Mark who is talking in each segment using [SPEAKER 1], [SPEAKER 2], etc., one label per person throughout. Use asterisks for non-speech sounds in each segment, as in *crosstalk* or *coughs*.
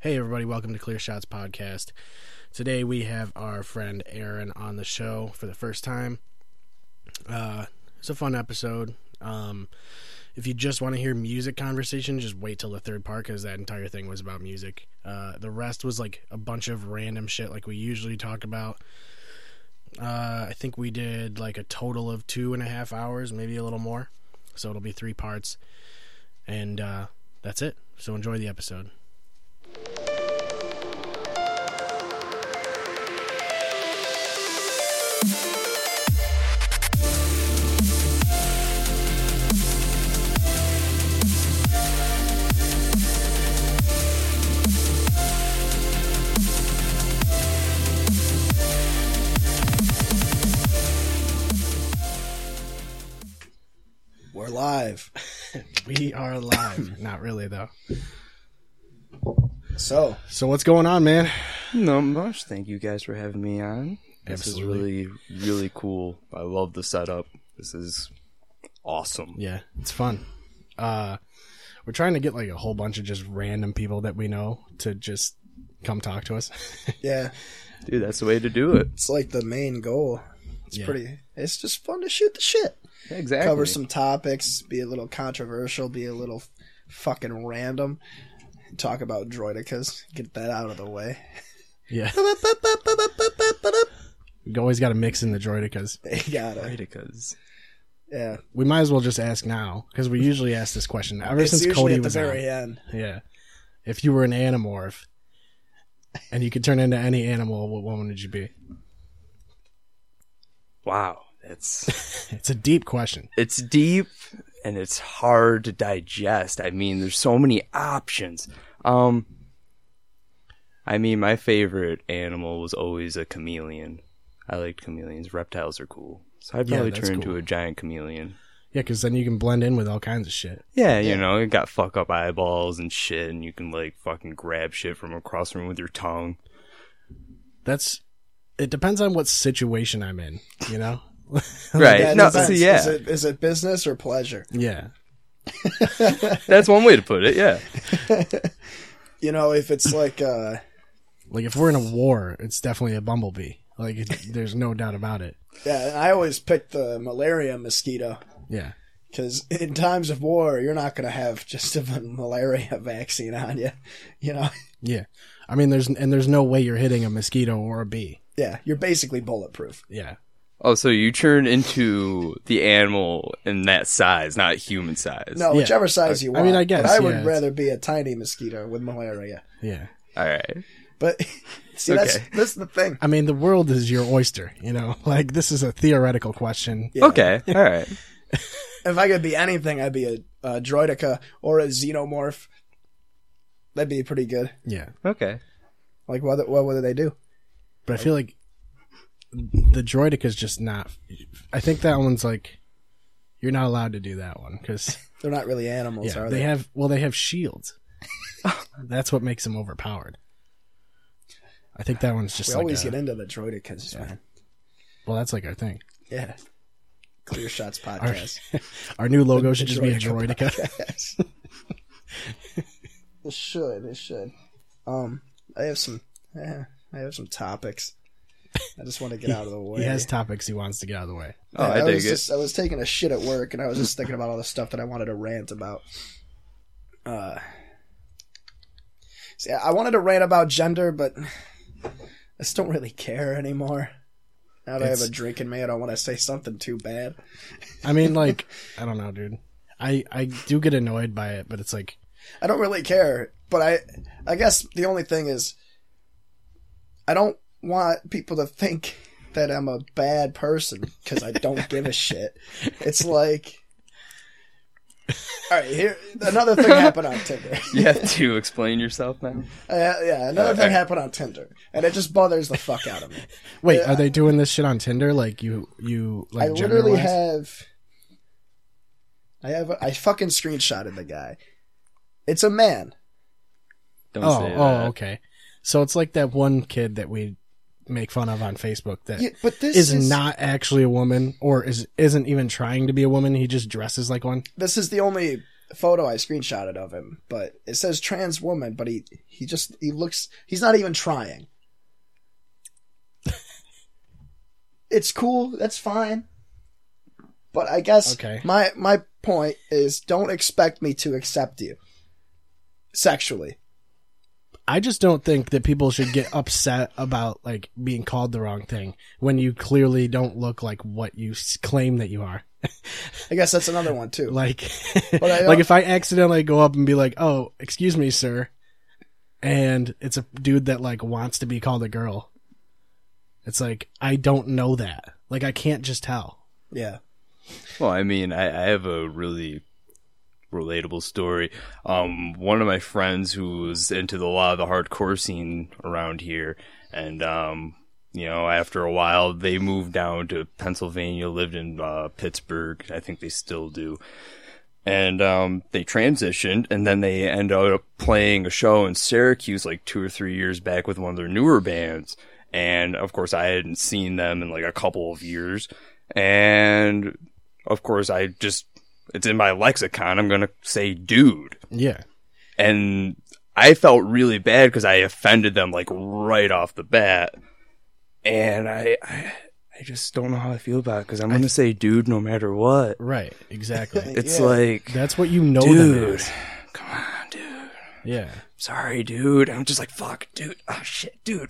[SPEAKER 1] Hey, everybody, welcome to Clear Shots Podcast. Today we have our friend Aaron on the show for the first time. Uh, it's a fun episode. Um, if you just want to hear music conversation, just wait till the third part because that entire thing was about music. Uh, the rest was like a bunch of random shit like we usually talk about. Uh, I think we did like a total of two and a half hours, maybe a little more. So it'll be three parts. And uh, that's it. So enjoy the episode.
[SPEAKER 2] We're live.
[SPEAKER 1] We are
[SPEAKER 2] *coughs*
[SPEAKER 1] live. Not really, though.
[SPEAKER 2] So,
[SPEAKER 1] So what's going on, man?
[SPEAKER 3] Not much. Thank you guys for having me on. This is
[SPEAKER 1] Absolutely.
[SPEAKER 3] really, really cool. I love the setup. This is awesome.
[SPEAKER 1] Yeah, it's fun. Uh, we're trying to get like a whole bunch of just random people that we know to just come talk to us. *laughs*
[SPEAKER 2] yeah,
[SPEAKER 3] Dude, that's the way to do it.
[SPEAKER 2] it's like the main goal. It's
[SPEAKER 1] Yeah.
[SPEAKER 2] pretty. It's just fun to shoot the shit.
[SPEAKER 3] Exactly.
[SPEAKER 2] Cover some topics, be a little controversial, be a little fucking random. Talk about droidicas. Get that out of the way.
[SPEAKER 1] yeah, you always got to mix in the droidicas.
[SPEAKER 2] They got it.
[SPEAKER 3] Radicas.
[SPEAKER 2] Yeah.
[SPEAKER 1] We might as well just ask now because we usually ask this question ever
[SPEAKER 2] It's
[SPEAKER 1] since
[SPEAKER 2] usually
[SPEAKER 1] Cody
[SPEAKER 2] at the
[SPEAKER 1] was on.
[SPEAKER 2] very end.
[SPEAKER 1] Yeah, if you were an animorph and you could turn into any animal, what one would you be? *laughs*
[SPEAKER 3] Wow. That's
[SPEAKER 1] It's a deep question.
[SPEAKER 3] it's deep and it's hard to digest. I mean, there's so many options. Um I mean, my favorite animal was always a chameleon. I liked chameleons. Reptiles are cool. So I'd
[SPEAKER 1] Yeah,
[SPEAKER 3] probably
[SPEAKER 1] that's
[SPEAKER 3] turn into
[SPEAKER 1] cool.
[SPEAKER 3] a giant chameleon.
[SPEAKER 1] Yeah, because then you can blend in with all kinds of shit.
[SPEAKER 3] Yeah, you know, it got fuck up eyeballs and shit, and you can like fucking grab shit from across the room with your tongue.
[SPEAKER 1] That's it depends on what situation I'm in, you know?
[SPEAKER 3] Right?
[SPEAKER 2] Yeah, it
[SPEAKER 3] no,
[SPEAKER 2] depends.
[SPEAKER 3] so yeah,
[SPEAKER 2] Is it, is it business or pleasure?
[SPEAKER 1] yeah.
[SPEAKER 3] that's one way to put it. Yeah,
[SPEAKER 2] You know, if it's like, uh,
[SPEAKER 1] Like if we're in a war, it's definitely a bumblebee. Like it, there's no doubt about it.
[SPEAKER 2] yeah, and I always pick the malaria mosquito.
[SPEAKER 1] Yeah.
[SPEAKER 2] Because in times of war, you're not going to have just a *laughs* malaria vaccine on you. You know, *laughs*
[SPEAKER 1] Yeah. I mean there's and there's no way you're hitting a mosquito or a bee.
[SPEAKER 2] yeah, you're basically bulletproof.
[SPEAKER 1] Yeah.
[SPEAKER 3] *laughs* Oh, so you turn into the animal in that size, not human size.
[SPEAKER 2] No,
[SPEAKER 1] Yeah.
[SPEAKER 2] whichever size you
[SPEAKER 1] I
[SPEAKER 2] want.
[SPEAKER 1] mean, I guess,
[SPEAKER 2] But I would
[SPEAKER 1] yeah, it's-
[SPEAKER 2] rather be a tiny mosquito with malaria.
[SPEAKER 1] Yeah.
[SPEAKER 3] All right.
[SPEAKER 2] But *laughs* see, that's
[SPEAKER 3] Okay.
[SPEAKER 2] that's the thing.
[SPEAKER 1] I mean the world is your oyster, you know? *laughs* Like this is a theoretical question.
[SPEAKER 2] Yeah.
[SPEAKER 3] *laughs* Okay. All right.
[SPEAKER 2] If I could be anything, I'd be a, a droidica or a xenomorph. That'd be pretty good.
[SPEAKER 1] Yeah.
[SPEAKER 3] Okay.
[SPEAKER 2] Like, what what would they do?
[SPEAKER 1] But I feel like the droidica's just not I think that one's like you're not allowed to do that one cuz
[SPEAKER 2] They're not really animals,
[SPEAKER 1] yeah,
[SPEAKER 2] are
[SPEAKER 1] they
[SPEAKER 2] they?
[SPEAKER 1] have well they have shields. *laughs* That's what makes them overpowered. I think that one's just
[SPEAKER 2] we
[SPEAKER 1] like
[SPEAKER 2] always
[SPEAKER 1] a-
[SPEAKER 2] get into the droidicas, man.
[SPEAKER 1] well that's like our thing.
[SPEAKER 2] Yeah.
[SPEAKER 1] *laughs*
[SPEAKER 2] Clear Shots podcast.
[SPEAKER 1] Our new logo should
[SPEAKER 2] the
[SPEAKER 1] just be a
[SPEAKER 2] droidica
[SPEAKER 1] droidica.
[SPEAKER 2] Yes. *laughs* it should. It should. Um, I have some. eh, I have some topics. I just want to get out of the
[SPEAKER 1] *laughs*
[SPEAKER 2] way.
[SPEAKER 1] He has topics he wants to get out of the way.
[SPEAKER 3] Oh, I,
[SPEAKER 2] was
[SPEAKER 3] dig it. *laughs*
[SPEAKER 2] just, I was taking a shit at work, and I was just thinking about all the stuff that I wanted to rant about. Uh, see, I wanted to rant about gender, but I just don't really care anymore. Now that I
[SPEAKER 1] It's-
[SPEAKER 2] have a drink in me, I don't want to say something too bad.
[SPEAKER 1] I mean, like, I don't know, dude. I I do get annoyed by it, but it's like,
[SPEAKER 2] I don't really care, but I I guess the only thing is I don't want people to think *laughs* that I'm a bad person cuz I don't give a shit. *laughs* It's like All right, here another thing happened on *laughs* Tinder.
[SPEAKER 3] You have to explain yourself now.
[SPEAKER 2] Uh, yeah, another thing happened on Tinder, and it just bothers the fuck out of *laughs* me.
[SPEAKER 1] wait,
[SPEAKER 2] Yeah,
[SPEAKER 1] are they doing this shit on Tinder? Like you you
[SPEAKER 2] I
[SPEAKER 1] like
[SPEAKER 2] literally
[SPEAKER 1] gender-wise?
[SPEAKER 2] have I have a, I fucking screenshotted the guy. It's a man.
[SPEAKER 3] Don't
[SPEAKER 1] Oh,
[SPEAKER 3] say
[SPEAKER 1] oh,
[SPEAKER 3] that.
[SPEAKER 1] okay. So it's like that one kid that we make fun of on Facebook that is
[SPEAKER 2] Yeah, but this is
[SPEAKER 1] not actually a woman or is isn't even trying to be a woman. He just dresses like one.
[SPEAKER 2] this is the only photo I screenshotted of him, but it says trans woman, but he he just he looks he's not
[SPEAKER 1] *laughs*
[SPEAKER 2] even trying. it's cool, that's fine. But I guess
[SPEAKER 1] Okay.
[SPEAKER 2] my my point is don't expect me to accept you sexually.
[SPEAKER 1] I just don't think that people should get upset about like being called the wrong thing when you clearly don't look like what you s- claim that you are.
[SPEAKER 2] I guess that's another one too.
[SPEAKER 1] Like,
[SPEAKER 2] I
[SPEAKER 1] *laughs*
[SPEAKER 2] don't-
[SPEAKER 1] like if I accidentally go up and be like, "Oh, excuse me, sir," and it's a dude that like wants to be called a girl. It's like I don't know that. Like I can't just tell.
[SPEAKER 2] Yeah.
[SPEAKER 3] Well, I mean, I, I have a really relatable story. Um, one of my friends who was into the, a lot of the hardcore scene around here, and um, you know, after a while, they moved down to Pennsylvania, lived in uh, Pittsburgh. I think they still do. And um, they transitioned, and then they ended up playing a show in Syracuse like two or three years back with one of their newer bands. And of course, I hadn't seen them in like a couple of years. And of course, I just, it's in my lexicon. I'm going to say dude.
[SPEAKER 1] Yeah.
[SPEAKER 3] And I felt really bad because I offended them like right off the bat. And I, I, I just don't know how I feel about it because I'm going to say dude no matter what.
[SPEAKER 1] Right. Exactly.
[SPEAKER 3] It's
[SPEAKER 2] Yeah.
[SPEAKER 1] *laughs*
[SPEAKER 3] like,
[SPEAKER 1] That's what you know. Them
[SPEAKER 3] dude,
[SPEAKER 1] as.
[SPEAKER 3] come on, dude.
[SPEAKER 1] Yeah.
[SPEAKER 3] Sorry, dude. I'm just like, fuck, dude. Oh, shit, dude.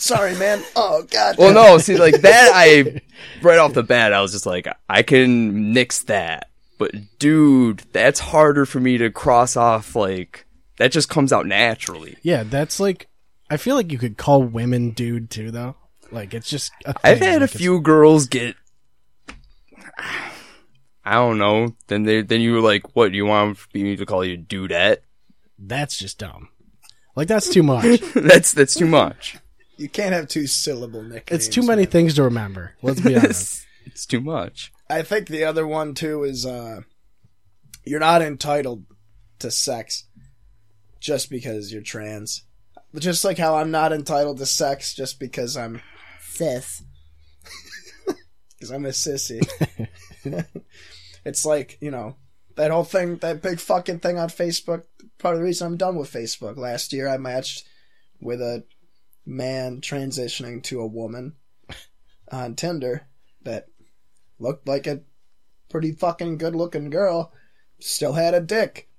[SPEAKER 2] Sorry, man. Oh god.
[SPEAKER 3] Well, no, see, *laughs* like that, I right off the bat, I was just like, I can nix that, but dude, that's harder for me to cross off. Like that just comes out naturally.
[SPEAKER 1] Yeah. That's like. I feel like you could call women dude too, though. Like it's just. A thing.
[SPEAKER 3] I've had
[SPEAKER 1] Like,
[SPEAKER 3] a
[SPEAKER 1] it's-
[SPEAKER 3] few girls get, I don't know. Then they, then you were like, what? You want me to call you dudette? *laughs*
[SPEAKER 1] That's just dumb. Like that's too
[SPEAKER 2] *laughs*
[SPEAKER 1] much.
[SPEAKER 3] that's that's too much.
[SPEAKER 2] You can't have two syllable nicknames.
[SPEAKER 1] It's too many things to remember. Let's
[SPEAKER 3] *laughs*
[SPEAKER 1] be honest.
[SPEAKER 3] It's, it's too much.
[SPEAKER 2] I think the other one too is uh you're not entitled to sex just because you're trans. Just like how I'm not entitled to sex just because I'm *laughs* cis. Because I'm a sissy. *laughs* it's like, you know, that whole thing, that big fucking thing on Facebook. Part of the reason I'm done with Facebook. Last year I matched with a man transitioning to a woman on Tinder that looked like a pretty fucking good looking girl. Still had a dick.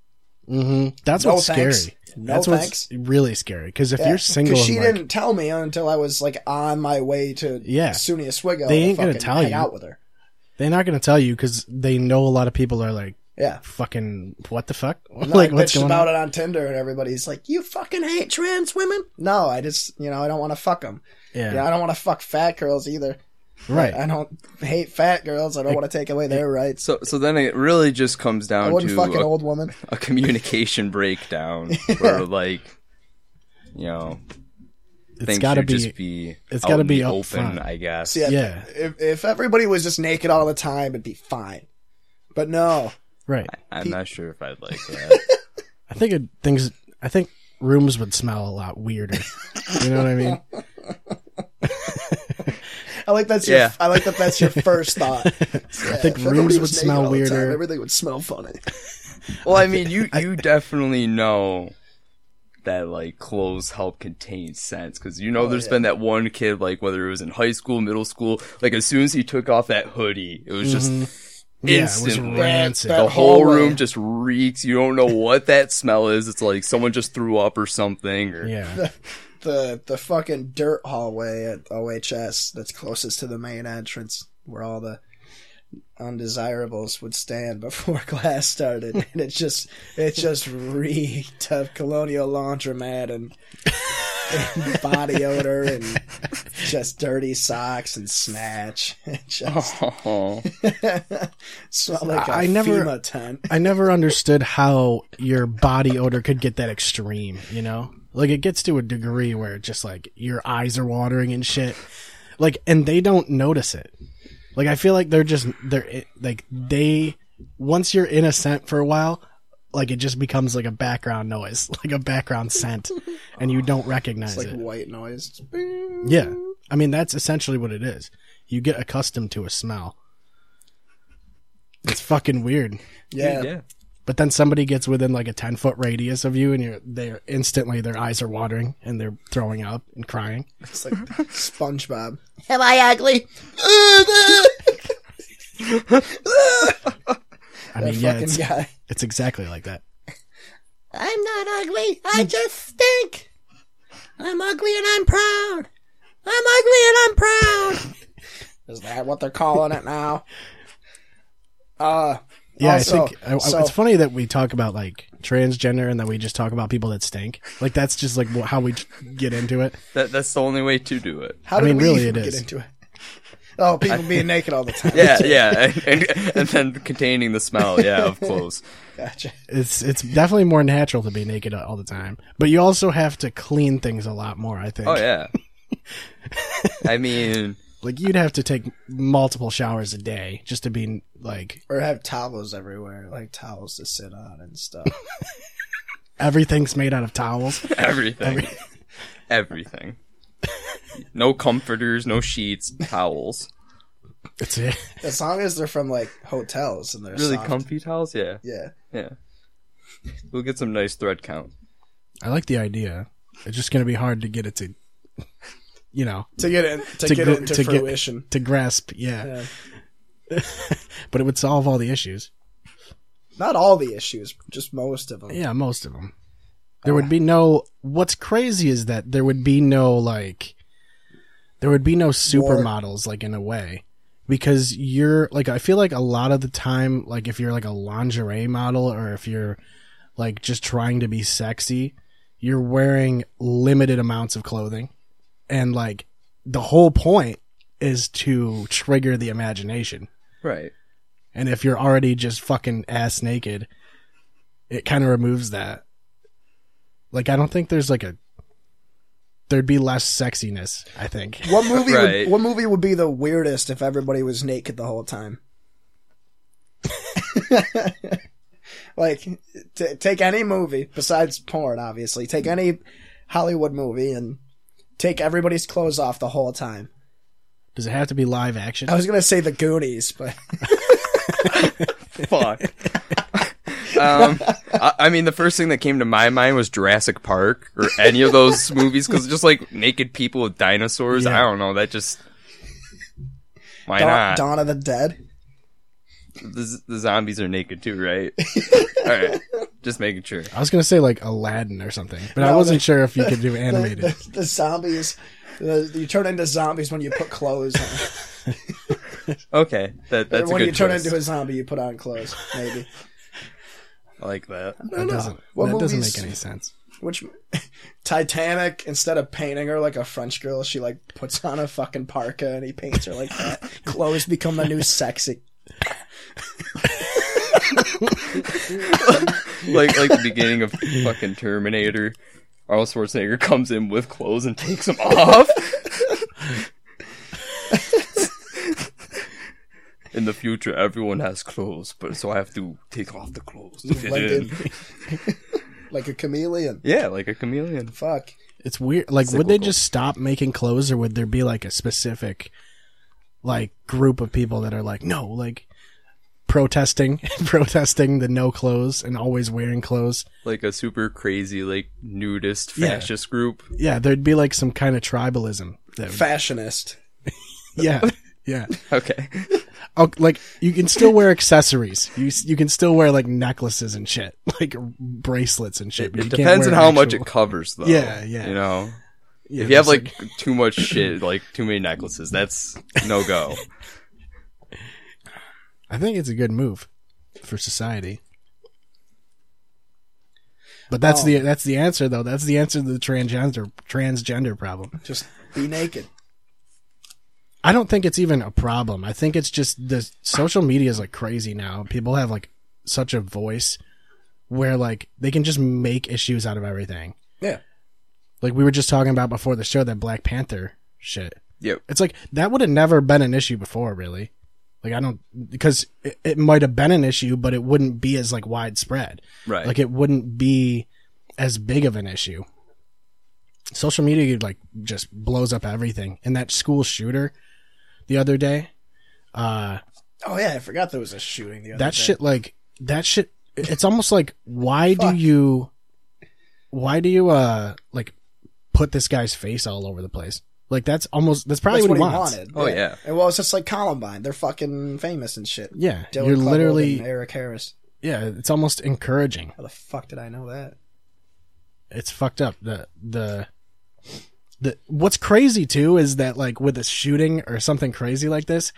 [SPEAKER 1] hmm That's
[SPEAKER 2] No
[SPEAKER 1] what's
[SPEAKER 2] thanks.
[SPEAKER 1] scary.
[SPEAKER 2] No
[SPEAKER 1] That's
[SPEAKER 2] thanks.
[SPEAKER 1] what's really scary. Because if
[SPEAKER 2] Yeah,
[SPEAKER 1] you're single, and
[SPEAKER 2] 'cause she
[SPEAKER 1] like,
[SPEAKER 2] didn't tell me until I was like on my way to
[SPEAKER 1] Yeah.
[SPEAKER 2] SUNY Oswego.
[SPEAKER 1] They
[SPEAKER 2] to
[SPEAKER 1] ain't gonna
[SPEAKER 2] fucking
[SPEAKER 1] tell
[SPEAKER 2] hang
[SPEAKER 1] you.
[SPEAKER 2] out with her.
[SPEAKER 1] they're not going to tell you because they know a lot of people are like,
[SPEAKER 2] Yeah,
[SPEAKER 1] fucking, what the fuck? *laughs*
[SPEAKER 2] And then
[SPEAKER 1] like,
[SPEAKER 2] I
[SPEAKER 1] what's
[SPEAKER 2] bitched
[SPEAKER 1] going
[SPEAKER 2] about
[SPEAKER 1] on?
[SPEAKER 2] it on Tinder, and everybody's like, "You fucking hate trans women." No, I just you know I don't want to fuck them.
[SPEAKER 1] Yeah,
[SPEAKER 2] Yeah, I don't want to fuck fat girls either.
[SPEAKER 1] right.
[SPEAKER 2] I don't hate fat girls. I don't want to take away their rights.
[SPEAKER 3] So so then it really just comes
[SPEAKER 2] I
[SPEAKER 3] down
[SPEAKER 2] wouldn't
[SPEAKER 3] to
[SPEAKER 2] fuck an
[SPEAKER 3] a
[SPEAKER 2] old woman.
[SPEAKER 3] a communication
[SPEAKER 2] *laughs*
[SPEAKER 3] breakdown where like you know
[SPEAKER 1] it's
[SPEAKER 3] things
[SPEAKER 1] got to
[SPEAKER 3] should
[SPEAKER 1] be.
[SPEAKER 3] just be
[SPEAKER 1] it's
[SPEAKER 3] out
[SPEAKER 1] gotta
[SPEAKER 3] in
[SPEAKER 1] be
[SPEAKER 3] the
[SPEAKER 1] up
[SPEAKER 3] open
[SPEAKER 1] front.
[SPEAKER 3] i guess
[SPEAKER 2] See, I-
[SPEAKER 1] Yeah.
[SPEAKER 2] If, if everybody was just naked all the time, it'd be fine. But no,
[SPEAKER 1] right.
[SPEAKER 3] i'm not sure if i'd *laughs* like that
[SPEAKER 1] I think it, things. I think rooms would smell a lot weirder. *laughs* you know what I
[SPEAKER 2] *laughs*
[SPEAKER 1] mean?
[SPEAKER 2] I like that's your.
[SPEAKER 3] Yeah.
[SPEAKER 2] I like
[SPEAKER 1] *laughs*
[SPEAKER 2] that. That's your first thought.
[SPEAKER 1] I think rooms would smell weirder.
[SPEAKER 2] Everything would smell funny.
[SPEAKER 3] well i mean you you definitely know that like clothes help contain sense because you
[SPEAKER 1] Oh,
[SPEAKER 3] know there's been that one kid like whether it was in high school middle school like as soon as he took off that hoodie it was just
[SPEAKER 1] Mm-hmm.
[SPEAKER 3] *laughs*
[SPEAKER 1] Yeah, it was
[SPEAKER 3] instantly
[SPEAKER 1] rancid.
[SPEAKER 3] the
[SPEAKER 2] That
[SPEAKER 3] whole
[SPEAKER 2] hallway.
[SPEAKER 3] room just reeks you don't know what that smell is it's like someone just threw up or something or
[SPEAKER 1] Yeah.
[SPEAKER 2] The the fucking dirt hallway at OHS that's closest to the main entrance where all the undesirables would stand *laughs* before class
[SPEAKER 1] *laughs*
[SPEAKER 2] started, and it just it just reeked of colonial laundromat and, and body odor and just dirty socks and snatch. *laughs* It just smelled like a
[SPEAKER 1] Oh, I- I never-
[SPEAKER 2] FEMA tent.
[SPEAKER 1] I never understood how your body odor could get that extreme, you know? Like it gets to a degree where it just like your eyes are watering and shit. Like and they don't notice it. Like I feel like they're just they're it- like they once you're in a scent for a while, like it just becomes like a background noise, *laughs* like a background scent and you don't recognize
[SPEAKER 2] It's like
[SPEAKER 1] it.
[SPEAKER 2] white noise.
[SPEAKER 1] Yeah. I mean, that's essentially what it is. You get accustomed to a smell. It's fucking weird.
[SPEAKER 2] Yeah.
[SPEAKER 3] yeah
[SPEAKER 1] But then somebody gets within like a ten foot radius of you, and you're they're instantly their eyes are watering and they're throwing up and crying.
[SPEAKER 2] It's like SpongeBob.
[SPEAKER 4] Am I ugly? *laughs*
[SPEAKER 1] I
[SPEAKER 2] That
[SPEAKER 1] mean, yeah,
[SPEAKER 2] fucking
[SPEAKER 1] it's,
[SPEAKER 2] guy.
[SPEAKER 1] it's exactly like that.
[SPEAKER 4] I'm not ugly. I just stink. I'm ugly and I'm proud. I'm ugly and I'm proud.
[SPEAKER 2] Is that what they're calling it now? *laughs* Uh
[SPEAKER 1] Yeah,
[SPEAKER 2] Also,
[SPEAKER 1] I think I, I-
[SPEAKER 2] so-
[SPEAKER 1] it's funny that we talk about like transgender and that we just talk about people that stink. Like that's just like wh- how we get into it.
[SPEAKER 3] *laughs* That, that's the only way to do it.
[SPEAKER 2] how
[SPEAKER 1] I
[SPEAKER 2] did
[SPEAKER 1] mean,
[SPEAKER 2] we
[SPEAKER 1] really
[SPEAKER 2] even
[SPEAKER 1] it
[SPEAKER 2] get
[SPEAKER 1] is.
[SPEAKER 2] into it? Oh, people *laughs* being naked all the time.
[SPEAKER 3] Yeah, yeah, and, and then containing the smell. Yeah, of clothes.
[SPEAKER 2] Gotcha.
[SPEAKER 1] It's it's definitely more natural to be naked all the time, but you also have to clean things a lot more. I think.
[SPEAKER 3] Oh yeah. I mean,
[SPEAKER 1] Like you'd have to take multiple showers a day just to be like
[SPEAKER 2] Or have towels everywhere, like towels to sit on and stuff.
[SPEAKER 1] everything's made out of towels. *laughs*
[SPEAKER 3] everything, everything. No comforters, no sheets, towels.
[SPEAKER 1] It's it.
[SPEAKER 2] as long as they're from like hotels and they're
[SPEAKER 3] Really
[SPEAKER 2] soft.
[SPEAKER 3] comfy towels. Yeah,
[SPEAKER 2] Yeah.
[SPEAKER 3] yeah. We'll get some nice thread count.
[SPEAKER 1] I like the idea. It's just gonna be hard to get it to, *laughs* you know,
[SPEAKER 2] To get in, to,
[SPEAKER 1] To
[SPEAKER 2] get
[SPEAKER 1] gr-
[SPEAKER 2] into
[SPEAKER 1] to get-
[SPEAKER 2] fruition.
[SPEAKER 1] to grasp. Yeah.
[SPEAKER 2] Yeah.
[SPEAKER 1] *laughs* but it would solve all the issues.
[SPEAKER 2] Not all the issues, just most of them.
[SPEAKER 1] Yeah, most of them. There would be no. What's crazy is that there would be no like. There would be no supermodels like in a way, because you're like I feel like a lot of the time like if you're like a lingerie model or if you're like just trying to be sexy, you're wearing limited amounts of clothing, and like the whole point is to trigger the imagination.
[SPEAKER 3] Right.
[SPEAKER 1] And if you're already just fucking ass naked, it kind of removes that. Like I don't think there's like a there'd be less sexiness, I think.
[SPEAKER 2] What movie?
[SPEAKER 3] Right.
[SPEAKER 2] Would, what movie would be the weirdest if everybody was naked the whole time? *laughs* like, t- take any movie besides porn, obviously. Take any Hollywood movie and take everybody's clothes off the whole time.
[SPEAKER 1] Does it have to be live action?
[SPEAKER 2] I was gonna say The Goonies, but *laughs*
[SPEAKER 3] Fuck. um, I, I mean, the first thing that came to my mind was Jurassic Park or any
[SPEAKER 2] *laughs*
[SPEAKER 3] of those movies because just like naked people with dinosaurs.
[SPEAKER 1] Yeah.
[SPEAKER 3] I don't know. That just why
[SPEAKER 2] Dawn,
[SPEAKER 3] not?
[SPEAKER 2] Dawn of the Dead.
[SPEAKER 3] The, z- the zombies are naked
[SPEAKER 2] *laughs*
[SPEAKER 3] too, right? All right, just making sure.
[SPEAKER 1] I was gonna say like Aladdin or something, but I
[SPEAKER 2] No,
[SPEAKER 1] wasn't
[SPEAKER 2] the-
[SPEAKER 1] sure if you could
[SPEAKER 2] *laughs*
[SPEAKER 1] do
[SPEAKER 2] The,
[SPEAKER 1] animated.
[SPEAKER 2] the, the zombies. The, you turn into zombies when you put clothes on.
[SPEAKER 3] Okay, that that's a
[SPEAKER 2] when
[SPEAKER 3] good
[SPEAKER 2] you turn
[SPEAKER 3] choice.
[SPEAKER 2] into a zombie, you put on clothes. Maybe.
[SPEAKER 3] I like that.
[SPEAKER 1] that doesn't
[SPEAKER 2] What
[SPEAKER 1] that doesn't
[SPEAKER 2] movies-
[SPEAKER 1] make any sense.
[SPEAKER 2] Which *laughs* Titanic, instead of painting her like a French girl, she like puts on a fucking parka and he paints her like
[SPEAKER 1] *laughs*
[SPEAKER 2] that. Clothes become the new sexy.
[SPEAKER 3] *laughs* Like like the beginning of fucking Terminator. Arnold Schwarzenegger comes in with clothes and takes them off. *laughs* in the future, everyone has clothes, but so I have to take off the clothes to fit
[SPEAKER 2] Like
[SPEAKER 3] in.
[SPEAKER 2] the- like a chameleon.
[SPEAKER 3] *laughs* Yeah, like a chameleon.
[SPEAKER 2] Fuck.
[SPEAKER 1] It's weird. Like, would they
[SPEAKER 3] Cyclical.
[SPEAKER 1] just stop making clothes, or would there be like a specific, like, group of people that are like, no, like, protesting, *laughs* protesting the no clothes and always wearing clothes?
[SPEAKER 3] Like a super crazy, like nudist
[SPEAKER 1] Yeah.
[SPEAKER 3] fascist group.
[SPEAKER 1] Yeah, there'd be like some kind of tribalism. That would,
[SPEAKER 2] Fashionist.
[SPEAKER 1] yeah, yeah.
[SPEAKER 3] Okay.
[SPEAKER 1] Oh, like you can still wear accessories. You s- you can still wear like necklaces and shit, *laughs* like bracelets and shit. but
[SPEAKER 3] It
[SPEAKER 1] you can't
[SPEAKER 3] depends on
[SPEAKER 1] wear
[SPEAKER 3] how much
[SPEAKER 1] actual-
[SPEAKER 3] it covers, though.
[SPEAKER 1] Yeah, yeah.
[SPEAKER 3] You know,
[SPEAKER 1] Yeah,
[SPEAKER 3] if you have
[SPEAKER 1] there's,
[SPEAKER 3] like too much shit, like too many necklaces, that's no go.
[SPEAKER 1] I think it's a good move for society. But that's
[SPEAKER 2] Oh.
[SPEAKER 1] the that's the answer though. That's the answer to the transgender transgender problem.
[SPEAKER 2] Just be naked.
[SPEAKER 1] I don't think it's even a problem. I think it's just the social media is like crazy now. People have like such a voice where like they can just make issues out of everything.
[SPEAKER 2] Yeah.
[SPEAKER 1] Like we were just talking about before the show that Black Panther shit.
[SPEAKER 3] Yep.
[SPEAKER 1] It's like that would have never been an issue before, really. Like I don't because it, it might have been an issue, but it wouldn't be as like widespread. *laughs*
[SPEAKER 3] Right.
[SPEAKER 1] Like it wouldn't be as big of an issue. Social media like just blows up everything. And that school shooter the other day, uh,
[SPEAKER 2] Oh yeah, I forgot there was a shooting the other
[SPEAKER 1] that
[SPEAKER 2] day.
[SPEAKER 1] shit like that shit it's almost like why do
[SPEAKER 2] Fuck.
[SPEAKER 1] you why do you uh like put this guy's face all over the place? Like that's almost that's probably
[SPEAKER 2] That's
[SPEAKER 1] what,
[SPEAKER 2] what he
[SPEAKER 1] he wants.
[SPEAKER 2] wanted.
[SPEAKER 3] Oh, yeah.
[SPEAKER 2] And well, it's just like Columbine. They're fucking famous and shit.
[SPEAKER 1] Yeah,
[SPEAKER 2] Dylan
[SPEAKER 1] you're
[SPEAKER 2] Klebold
[SPEAKER 1] literally
[SPEAKER 2] and Eric Harris.
[SPEAKER 1] yeah. It's almost encouraging.
[SPEAKER 2] How the fuck did I know that?
[SPEAKER 1] It's fucked up. The the the what's crazy too is that like with a shooting or something crazy like this,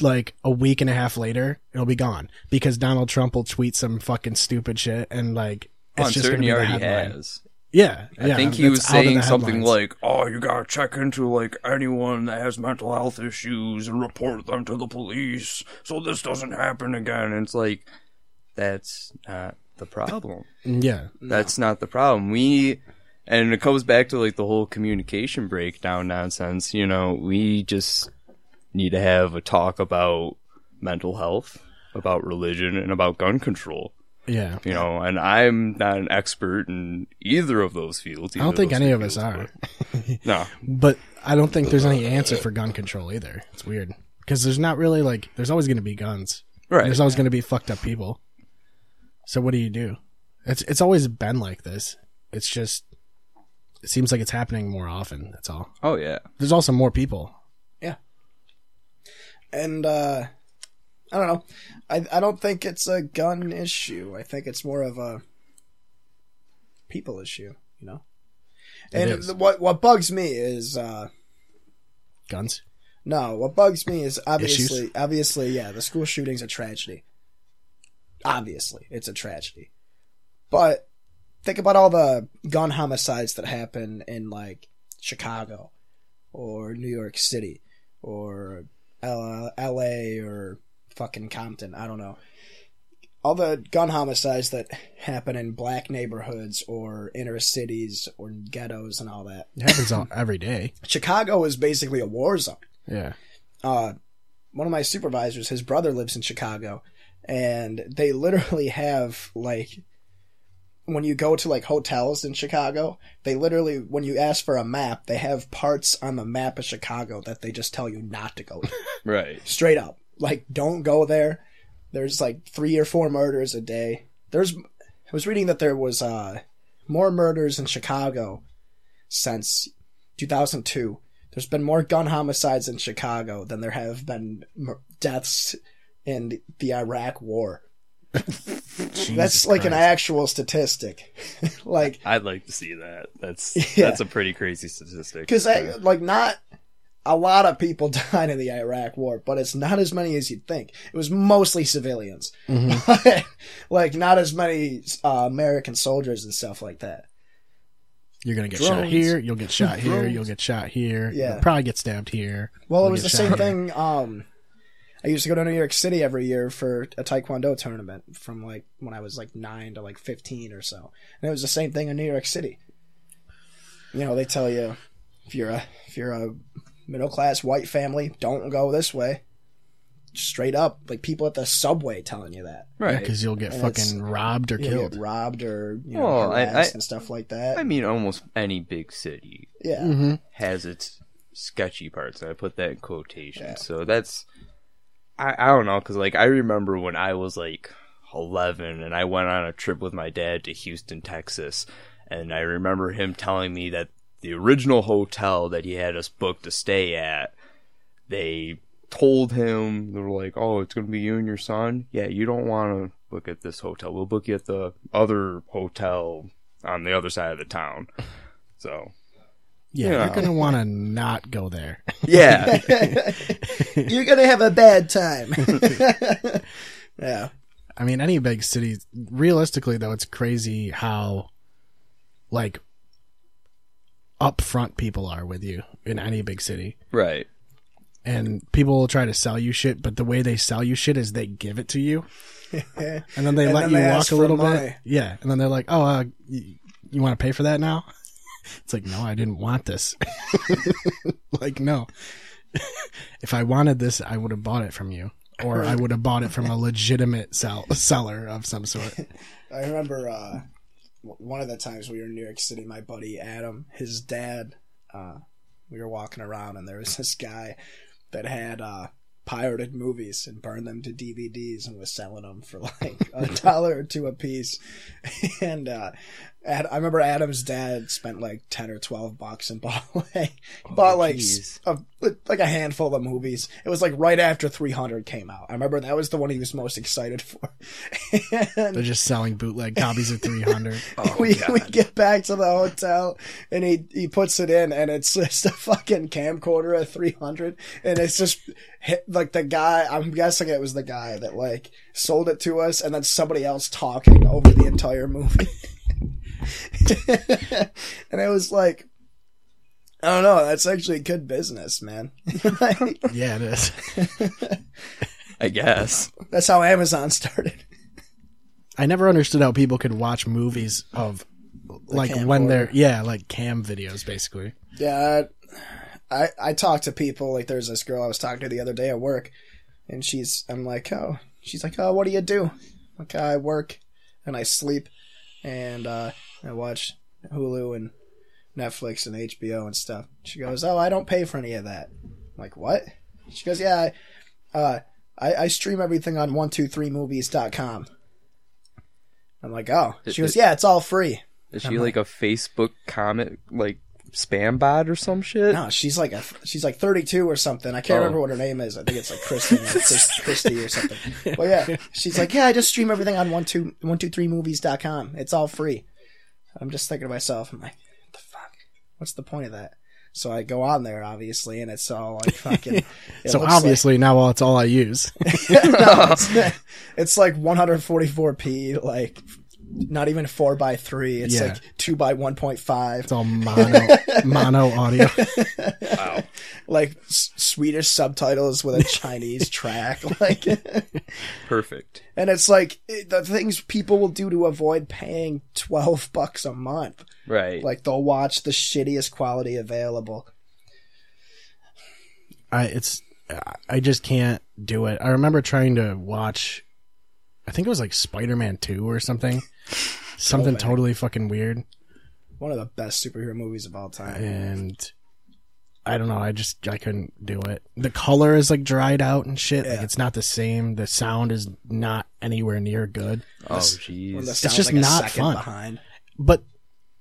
[SPEAKER 1] like a week and a half later, it'll be gone because Donald Trump will tweet some fucking stupid shit and like it's
[SPEAKER 3] Oh, I'm
[SPEAKER 1] just gonna
[SPEAKER 3] certain
[SPEAKER 1] be
[SPEAKER 3] he
[SPEAKER 1] the
[SPEAKER 3] already
[SPEAKER 1] headline.
[SPEAKER 3] has.
[SPEAKER 1] Yeah,
[SPEAKER 3] I
[SPEAKER 1] yeah,
[SPEAKER 3] think he
[SPEAKER 1] that's
[SPEAKER 3] was
[SPEAKER 1] out of the
[SPEAKER 3] saying something
[SPEAKER 1] headlines.
[SPEAKER 3] like, "Oh, you gotta check into like anyone that has mental health issues and report them to the police, so this doesn't happen again." And it's like, that's not the problem.
[SPEAKER 1] yeah,
[SPEAKER 3] That's not the problem. We, and it comes back to like the whole communication breakdown nonsense. You know, we just need to have a talk about mental health, about religion, and about gun control.
[SPEAKER 1] yeah.
[SPEAKER 3] You know, and I'm not an expert in either of those fields.
[SPEAKER 1] I don't think any of us are,
[SPEAKER 3] No,
[SPEAKER 1] but I don't think there's any answer for gun control either. It's weird because there's not really like there's always going to be guns.
[SPEAKER 3] right?
[SPEAKER 1] There's always going to be fucked up people. So what do you do? It's it's always been like this. It's just it seems like it's happening more often. That's all.
[SPEAKER 3] Oh yeah.
[SPEAKER 1] There's also more people.
[SPEAKER 2] And uh I don't know. I I don't think it's a gun issue. I think it's more of a people issue. You know.
[SPEAKER 1] It
[SPEAKER 2] and
[SPEAKER 1] is.
[SPEAKER 2] the- what what bugs me is uh
[SPEAKER 1] Guns.
[SPEAKER 2] no, what bugs me is obviously
[SPEAKER 1] Issues?
[SPEAKER 2] obviously yeah, the school shooting's a tragedy. Obviously, it's a tragedy. But think about all the gun homicides that happen in like Chicago or New York City or L- LA or fucking Compton, I don't know. All the gun homicides that happen in black neighborhoods or inner cities or ghettos and all that.
[SPEAKER 1] It happens all, every day.
[SPEAKER 2] Chicago is basically a war zone
[SPEAKER 1] Yeah.
[SPEAKER 2] uh, one of my supervisors, his brother lives in Chicago, and they *laughs* literally have like when you go to like hotels in Chicago, they literally when you ask for a map, they have parts on the map of Chicago that they just tell you not to go to.
[SPEAKER 3] Right.
[SPEAKER 2] Straight up. Like don't go there. There's like 3 or 4 murders a day. There's I was reading that there was uh more murders in Chicago since 2002. There's been more gun homicides in Chicago than there have been mur- deaths in the Iraq war. That's like an actual statistic. *laughs* like
[SPEAKER 3] I'd like to see that.
[SPEAKER 1] *laughs*
[SPEAKER 3] That's
[SPEAKER 2] Yeah.
[SPEAKER 3] that's a pretty crazy statistic.
[SPEAKER 2] Because like not a lot of people *laughs* died in the Iraq War, but it's not as many as you'd think. It was mostly civilians,
[SPEAKER 1] Mm-hmm.
[SPEAKER 2] *laughs* like not as many uh, American soldiers and stuff like that.
[SPEAKER 1] You're gonna get shot
[SPEAKER 3] Drones.
[SPEAKER 1] here. You'll get shot here. You'll get shot here.
[SPEAKER 2] Yeah.
[SPEAKER 1] You'll probably get stabbed here.
[SPEAKER 2] Well, it
[SPEAKER 1] You'll
[SPEAKER 2] was the
[SPEAKER 1] get
[SPEAKER 2] same
[SPEAKER 1] shot here.
[SPEAKER 2] thing. Um, I used to go to New York City every year for a Taekwondo tournament from like when I was like nine to like fifteen or so, and it was the same thing in New York City. You know, they tell you if you're a if you're a middle class white family, don't go this way. Straight up, like people at the subway telling you that
[SPEAKER 3] right.
[SPEAKER 1] Because you'll get
[SPEAKER 2] And it's-
[SPEAKER 1] fucking robbed or
[SPEAKER 2] you know,
[SPEAKER 1] killed.
[SPEAKER 2] get robbed or you know
[SPEAKER 3] Well, I-
[SPEAKER 2] harassed
[SPEAKER 3] I-
[SPEAKER 2] and stuff like that.
[SPEAKER 3] I mean, almost any big city
[SPEAKER 2] yeah,
[SPEAKER 1] Mm-hmm.
[SPEAKER 3] has its sketchy parts. and I put that in quotation. So that's I, I don't know because like I remember when I was like eleven and I went on a trip with my dad to Houston, Texas, and I remember him telling me that the original hotel that he had us booked to stay at, they told him they were like, "Oh, it's gonna be you and your son. Yeah, you don't want to book at this hotel. We'll book you at the other hotel on the other side of the town." So
[SPEAKER 1] Yeah,
[SPEAKER 3] Yeah.
[SPEAKER 1] You're gonna want to not go there.
[SPEAKER 3] yeah,
[SPEAKER 2] *laughs* you're gonna have a bad time. *laughs* yeah,
[SPEAKER 1] I mean, any big city. Realistically, though, it's crazy how, like, upfront people are with you in any big city,
[SPEAKER 3] Right.
[SPEAKER 1] and people will try to sell you shit. But the way they sell you shit is they give it to
[SPEAKER 2] *laughs*
[SPEAKER 1] you, and then they
[SPEAKER 2] And
[SPEAKER 1] let
[SPEAKER 2] then
[SPEAKER 1] you
[SPEAKER 2] they
[SPEAKER 1] walk
[SPEAKER 2] ask
[SPEAKER 1] a
[SPEAKER 2] for
[SPEAKER 1] little bit.
[SPEAKER 2] money.
[SPEAKER 1] Yeah, and then they're like, "Oh, uh, you, you want to pay for that now?" *laughs* It's like, no, I didn't want this. *laughs* like, no. *laughs* if I wanted this, I would have bought it from you, or I would have bought it from a legitimate sell- seller of some sort.
[SPEAKER 2] I remember uh, w- one of the times we were in New York City. My buddy Adam, his *laughs* dad, uh, we were walking around, and there was this guy that had uh, pirated movies and burned them to DVDs and was selling them for *laughs* like a dollar or two a piece. *laughs* And uh, Ad, I remember Adam's dad spent like ten or twelve bucks and *laughs* bought like bought like s- a, like a handful of movies. It was like right after 300 came out. I remember that was the one he was most excited for. *laughs* and
[SPEAKER 1] They're just selling bootleg copies of
[SPEAKER 2] *laughs*
[SPEAKER 1] 300.
[SPEAKER 2] we, we get back to the hotel and he, he puts it in and it's *laughs* just a fucking camcorder at 300 and it's just hit, like the guy i'm guessing it was the guy that like sold it to us and then somebody else talking over the entire movie *laughs* and it was like i don't know that's actually good business man *laughs* Like,
[SPEAKER 1] yeah, it is.
[SPEAKER 3] I guess.
[SPEAKER 2] that's how amazon started
[SPEAKER 1] I never understood how people could watch movies of like
[SPEAKER 2] cam
[SPEAKER 1] when
[SPEAKER 2] order.
[SPEAKER 1] they're yeah, like cam videos basically.
[SPEAKER 2] Yeah, I I talk to people like there's this girl I was talking to the other day at work, and she's I'm like oh she's like oh what do you do? Like I work and I sleep and uh, I watch Hulu and Netflix and HBO and stuff. She goes oh I don't pay for any of that. I'm like what? She goes yeah I uh, I, I stream everything on one two three movies.com. I'm like oh she goes yeah it's all free.
[SPEAKER 3] Is she like a Facebook comment like spam bot or
[SPEAKER 2] *laughs*
[SPEAKER 3] some shit? *laughs*
[SPEAKER 2] No, she's like a she's like 32 or something. I can't
[SPEAKER 3] Oh.
[SPEAKER 2] remember what her name is. I think it's like Kristen or Chris,
[SPEAKER 1] *laughs*
[SPEAKER 2] Christy or something. But yeah, she's like, yeah, I just stream everything on one two one two three movies.com. It's all free. I'm just thinking to myself, I'm like, what the fuck? What's the point of that? So I go on there, obviously, and it's all
[SPEAKER 1] *laughs*
[SPEAKER 2] like fucking. it
[SPEAKER 1] so
[SPEAKER 2] looks
[SPEAKER 1] obviously now well, it's all I use.
[SPEAKER 2] like, *laughs*
[SPEAKER 1] *laughs*
[SPEAKER 2] no, it's, it's like 144p, like not even four by three. It's
[SPEAKER 1] Yeah.
[SPEAKER 2] like two by 1.5. *laughs*
[SPEAKER 1] It's all mono mono audio.
[SPEAKER 2] like s- Swedish
[SPEAKER 1] *laughs*
[SPEAKER 2] subtitles with a Chinese track, like, and
[SPEAKER 3] Perfect.
[SPEAKER 2] it's like it- the things people will do to avoid paying twelve bucks a month.
[SPEAKER 3] Right.
[SPEAKER 2] Like they'll watch the shittiest quality available.
[SPEAKER 1] I it's I just can't do it. I remember trying to watch I think it was like Spider-Man 2 or something. Something
[SPEAKER 2] Throwback.
[SPEAKER 1] totally fucking weird
[SPEAKER 2] One of the best superhero movies of all time.
[SPEAKER 1] and I don't know, I just I couldn't do it. The color is like dried out and shit. Like
[SPEAKER 2] Yeah.
[SPEAKER 1] it's not the same. The sound is not anywhere near good.
[SPEAKER 3] oh
[SPEAKER 2] When
[SPEAKER 3] jeez.
[SPEAKER 2] the sound's
[SPEAKER 1] just
[SPEAKER 2] like a
[SPEAKER 1] not
[SPEAKER 2] second
[SPEAKER 1] fun.
[SPEAKER 2] Behind.
[SPEAKER 1] but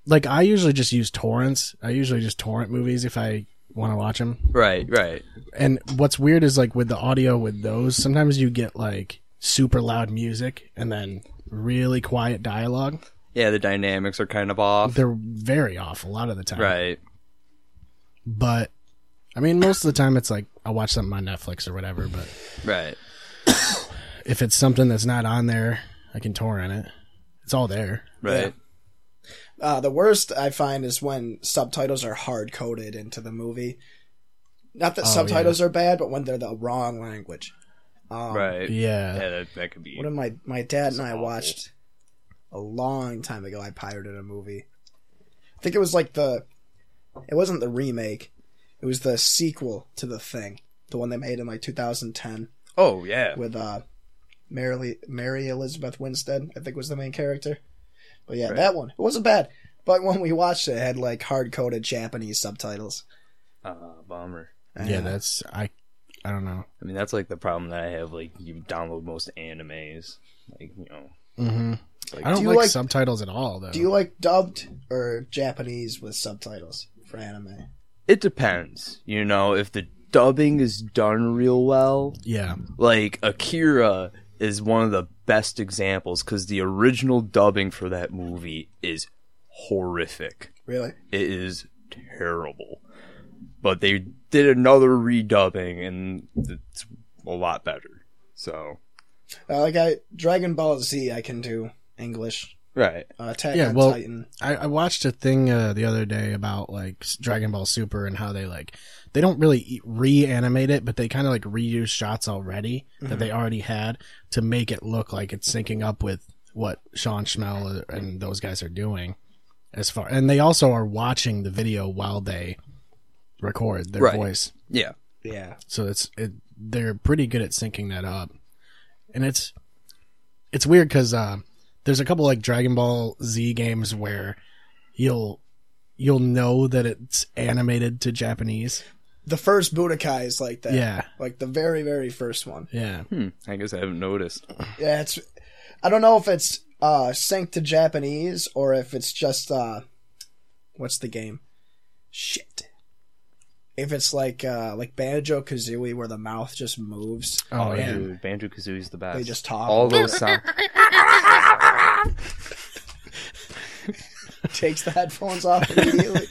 [SPEAKER 1] like I usually just use torrents. I usually just torrent movies if I want to watch them.
[SPEAKER 3] Right, right.
[SPEAKER 1] And what's weird is like with the audio with those, sometimes you get like super loud music and then really quiet dialogue.
[SPEAKER 3] Yeah, the dynamics are kind of off.
[SPEAKER 1] They're very off a lot of the time.
[SPEAKER 3] right.
[SPEAKER 1] But I mean, most of the time it's like I'll watch something on Netflix or whatever. But
[SPEAKER 3] Right.
[SPEAKER 1] if it's something that's not on there, I can torrent it. It's all there.
[SPEAKER 3] Right.
[SPEAKER 2] Uh, the worst I find is when subtitles are hard coded into the movie. Not
[SPEAKER 1] Oh,
[SPEAKER 2] that subtitles are bad, but when they're the wrong language. Um,
[SPEAKER 3] Right.
[SPEAKER 1] Yeah.
[SPEAKER 3] Yeah, that, that could be
[SPEAKER 2] One of my my dad and I watched a long time ago. I pirated a movie. I think it was like the. It wasn't the remake. It was the sequel to the thing, the one they made in like 2010
[SPEAKER 3] Oh yeah.
[SPEAKER 2] with uh, Mary Mary Elizabeth Winstead. I think was the main character. But yeah, that one it wasn't bad. But when we watched it, it had like hard coded Japanese subtitles.
[SPEAKER 3] Uh, bummer.
[SPEAKER 1] yeah, that's I. I don't know.
[SPEAKER 3] I mean that's like the problem that I have, like you download most animes. Like, you know.
[SPEAKER 1] hmm
[SPEAKER 3] Like,
[SPEAKER 1] I don't
[SPEAKER 2] do you
[SPEAKER 1] like,
[SPEAKER 2] like-
[SPEAKER 1] subtitles at all though.
[SPEAKER 2] Do you like dubbed or Japanese with subtitles for anime?
[SPEAKER 3] It depends. You know, if the dubbing is done real well,
[SPEAKER 1] yeah.
[SPEAKER 3] like Akira is one of the best examples because the original dubbing for that movie is horrific.
[SPEAKER 2] Really?
[SPEAKER 3] It is terrible. But they did another redubbing and it's a lot better. So
[SPEAKER 2] Uh, like I Dragon Ball Z, I can do English.
[SPEAKER 3] right,
[SPEAKER 2] Uh, Attack
[SPEAKER 1] Yeah,
[SPEAKER 2] on
[SPEAKER 1] well-
[SPEAKER 2] Titan.
[SPEAKER 1] I, I watched a thing uh, the other day about like s- Dragon Ball Super and how they like they don't really e- reanimate it, but they kind of like reuse shots already that they already had to make it look like it's syncing up with what Sean Schmel uh, and those guys are doing. As far and they also are watching the video while they record their
[SPEAKER 3] Right.
[SPEAKER 1] voice,
[SPEAKER 3] yeah,
[SPEAKER 2] Yeah,
[SPEAKER 1] so it's it, they're pretty good at syncing that up, and it's it's weird because uh, there's a couple like Dragon Ball Z games where you'll you'll know that it's animated to Japanese.
[SPEAKER 2] the first Budokai is like that.
[SPEAKER 1] Yeah.
[SPEAKER 2] Like the very, very first one.
[SPEAKER 1] Yeah.
[SPEAKER 3] Hmm, I guess I haven't noticed.
[SPEAKER 2] Yeah, it's. I don't know if it's uh synced to Japanese or if it's just uh, what's the game? Shit. If it's like uh like Banjo Kazooie where the mouth just moves.
[SPEAKER 1] Oh, yeah.
[SPEAKER 3] dude, Banjo Kazooie's the best.
[SPEAKER 2] They just talk. *laughs*
[SPEAKER 3] All *laughs* those sounds.
[SPEAKER 2] takes the headphones
[SPEAKER 3] *laughs*
[SPEAKER 2] off immediately.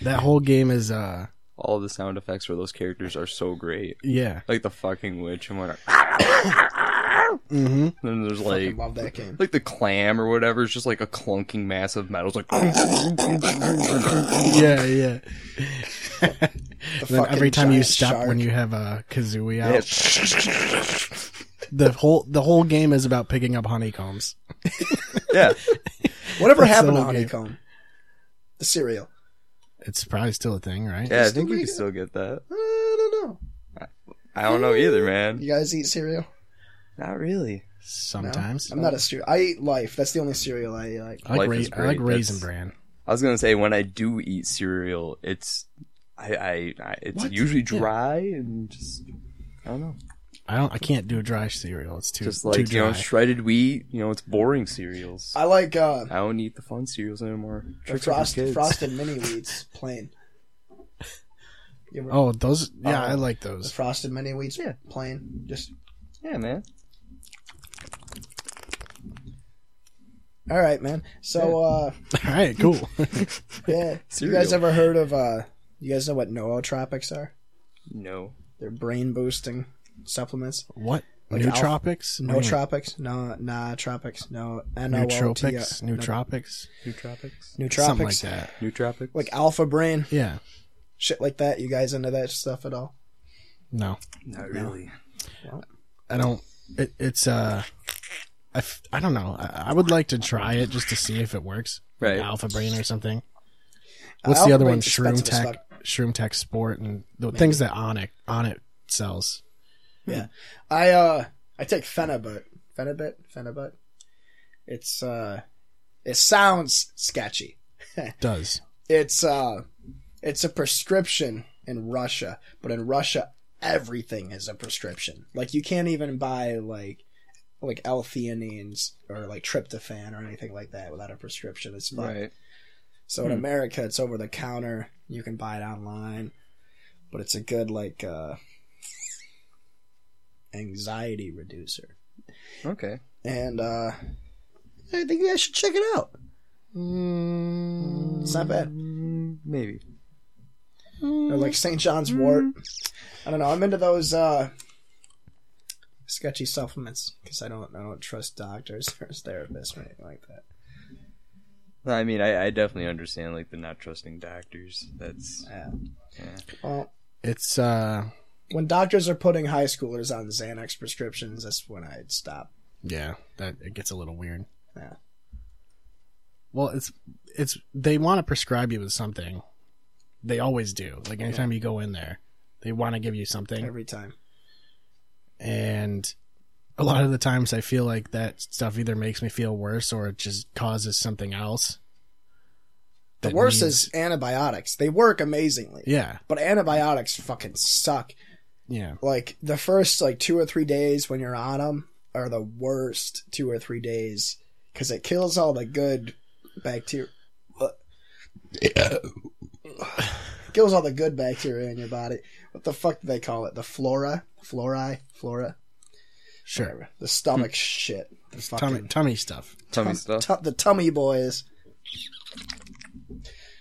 [SPEAKER 1] That whole game is uh
[SPEAKER 3] all the sound effects for those characters are so great.
[SPEAKER 1] yeah.
[SPEAKER 3] Like the fucking witch and whatnot. *laughs*
[SPEAKER 1] Mm-hmm.
[SPEAKER 3] Then
[SPEAKER 2] *laughs*
[SPEAKER 3] there's
[SPEAKER 2] I
[SPEAKER 3] like
[SPEAKER 2] love that game.
[SPEAKER 3] like the clam or whatever is just like a clunking mass of metal. It's like
[SPEAKER 1] Yeah, yeah.
[SPEAKER 2] *laughs* The
[SPEAKER 1] And then
[SPEAKER 2] fucking
[SPEAKER 1] every time you
[SPEAKER 2] giant
[SPEAKER 1] stop
[SPEAKER 2] shark.
[SPEAKER 1] when you have a kazooie out,
[SPEAKER 3] yeah.
[SPEAKER 1] the whole the whole game is about picking up honeycombs.
[SPEAKER 2] whatever
[SPEAKER 1] That's the
[SPEAKER 2] happened to
[SPEAKER 1] whole game.
[SPEAKER 2] Honeycomb, the cereal.
[SPEAKER 1] It's probably still a thing, right?
[SPEAKER 3] Yeah, I think you can still get that.
[SPEAKER 2] I don't know.
[SPEAKER 3] I don't know either, man.
[SPEAKER 2] You guys eat cereal?
[SPEAKER 3] Not really.
[SPEAKER 2] No?
[SPEAKER 1] Sometimes.
[SPEAKER 2] I'm not a cereal. I eat life. That's the only cereal I eat, like.
[SPEAKER 1] I like,
[SPEAKER 3] Life
[SPEAKER 1] ra-
[SPEAKER 3] is
[SPEAKER 1] I like
[SPEAKER 3] great.
[SPEAKER 1] raisin
[SPEAKER 3] That's-
[SPEAKER 1] bran.
[SPEAKER 3] I was gonna say when I do eat cereal, it's I, I, I it's
[SPEAKER 2] What?
[SPEAKER 3] usually dry and just I don't know,
[SPEAKER 1] I don't. I can't do a dry cereal. It's too
[SPEAKER 3] just
[SPEAKER 1] too
[SPEAKER 3] like you
[SPEAKER 1] dry.
[SPEAKER 3] know shredded wheat. You know, it's boring cereals. I,
[SPEAKER 2] I like uh,
[SPEAKER 3] don't eat the fun cereals anymore.
[SPEAKER 2] the
[SPEAKER 3] Tricks are for
[SPEAKER 2] frost,
[SPEAKER 3] kids.
[SPEAKER 2] frosted mini wheats plain. You ever-
[SPEAKER 1] oh, those. Yeah,
[SPEAKER 2] Oh.
[SPEAKER 3] Uh,
[SPEAKER 1] I like
[SPEAKER 2] the
[SPEAKER 3] *laughs*
[SPEAKER 1] those.
[SPEAKER 2] frosted mini wheats
[SPEAKER 3] Yeah.
[SPEAKER 2] plain. Just
[SPEAKER 3] Yeah, man.
[SPEAKER 2] all right, man. So
[SPEAKER 1] *laughs*
[SPEAKER 2] uh,
[SPEAKER 1] All right,
[SPEAKER 3] *laughs*
[SPEAKER 1] cool.
[SPEAKER 2] yeah, you
[SPEAKER 3] Cereal.
[SPEAKER 2] guys ever heard of uh, you guys know what nootropics are?
[SPEAKER 3] No.
[SPEAKER 2] They're brain boosting supplements.
[SPEAKER 1] what?
[SPEAKER 2] Like
[SPEAKER 1] nootropics? Wait a minute.
[SPEAKER 2] Nootropics, no, nah, tropics, no, N O O T O-
[SPEAKER 1] Nootropics?
[SPEAKER 2] no-
[SPEAKER 1] Nootropics? Something
[SPEAKER 3] Nootropics.
[SPEAKER 1] like
[SPEAKER 2] nootropics, like,
[SPEAKER 1] that.
[SPEAKER 3] Nootropics.
[SPEAKER 2] alpha brain,
[SPEAKER 1] Yeah.
[SPEAKER 2] shit like that. You guys into that stuff at all?
[SPEAKER 1] No,
[SPEAKER 3] not really.
[SPEAKER 1] I don't. It, it's uh, I, f- I don't know. I, I would like to try it just to see if it works. Like
[SPEAKER 3] Right.
[SPEAKER 1] Alpha Brain or something. What's
[SPEAKER 2] Alpha
[SPEAKER 1] the other one?
[SPEAKER 2] Brain's
[SPEAKER 1] Shroom
[SPEAKER 2] expensive as
[SPEAKER 1] Tech. Shroom Tech Sport and the things that Onic Onic sells.
[SPEAKER 2] Yeah. I uh I take Fenibut. Fenibut? Fenibut. It's uh it sounds sketchy.
[SPEAKER 1] Does
[SPEAKER 2] It's uh it's a prescription in Russia, but in Russia everything is a prescription. Like you can't even buy like like L-theanines or like tryptophan or anything like that without a prescription. It's fucked.
[SPEAKER 3] Right.
[SPEAKER 2] So in America, it's over the counter. You can buy it online, but it's a good like uh, anxiety reducer.
[SPEAKER 3] Okay.
[SPEAKER 2] And uh, I think you guys should check it out. It's not bad.
[SPEAKER 3] Mm, Maybe.
[SPEAKER 2] Or like St. John's Wort. I don't know. I'm into those uh, sketchy supplements because I don't I don't trust doctors *laughs* or therapists or anything like that.
[SPEAKER 3] I mean, I, I definitely understand like the not trusting doctors. That's
[SPEAKER 2] Yeah.
[SPEAKER 3] Yeah.
[SPEAKER 2] Well,
[SPEAKER 1] it's uh,
[SPEAKER 2] when doctors are putting high schoolers on Xanax prescriptions, that's when I'd stop.
[SPEAKER 1] yeah, that it gets a little weird.
[SPEAKER 2] Yeah.
[SPEAKER 1] Well, it's it's they want to prescribe you with something. They always do. Like anytime you go in there, they want to give you something.
[SPEAKER 2] Every time.
[SPEAKER 1] and a lot of the times I feel like that stuff either makes me feel worse or it just causes something else.
[SPEAKER 2] The
[SPEAKER 1] that
[SPEAKER 2] worst
[SPEAKER 1] needs-
[SPEAKER 2] is antibiotics. They work amazingly.
[SPEAKER 1] yeah,
[SPEAKER 2] But antibiotics fucking suck.
[SPEAKER 1] yeah,
[SPEAKER 2] Like the first like 2 or 3 days when you're on them are the worst 2 or 3 days cuz it kills all the good bacteria. kills all the good bacteria in your body. What the fuck do they call it? The flora, fluoride, flora,
[SPEAKER 1] sure.
[SPEAKER 2] whatever. The stomach shit. The fucking
[SPEAKER 1] Tummy, tummy stuff.
[SPEAKER 3] tummy
[SPEAKER 2] tum-
[SPEAKER 3] stuff.
[SPEAKER 2] tu- the tummy boys.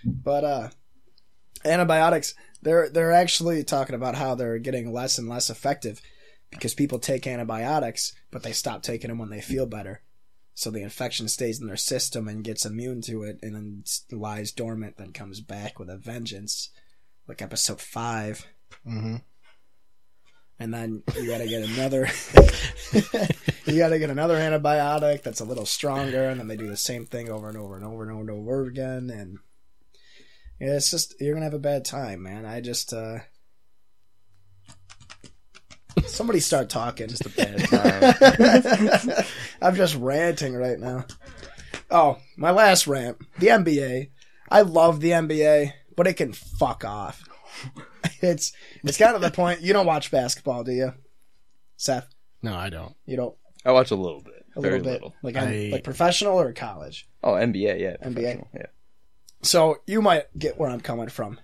[SPEAKER 2] But uh antibiotics they're they're actually talking about how they're getting less and less effective because people take antibiotics but they stop taking them when they feel better. So the infection stays in their system and gets immune to it and then s- lies dormant then comes back with a vengeance like episode 5
[SPEAKER 1] Mm-hmm.
[SPEAKER 2] and then you gotta get another *laughs* you gotta get another antibiotic that's a little stronger and then they do the same thing over and over and over and over and over again and yeah, it's just you're gonna have a bad time man i just uh somebody start talking
[SPEAKER 3] Just a bad time.
[SPEAKER 2] *laughs* Oh, I love the NBA, but it can fuck off. *laughs* it's it's kind of the point. You don't watch basketball, do you, Seth?
[SPEAKER 1] No, I don't.
[SPEAKER 2] You don't
[SPEAKER 3] I watch a little bit,
[SPEAKER 2] a
[SPEAKER 3] very
[SPEAKER 2] little bit
[SPEAKER 3] little.
[SPEAKER 2] like
[SPEAKER 1] I-
[SPEAKER 2] like professional or college.
[SPEAKER 3] Oh, NBA, yeah,
[SPEAKER 2] NBA.
[SPEAKER 3] professional, yeah.
[SPEAKER 2] So you might get where I'm coming from.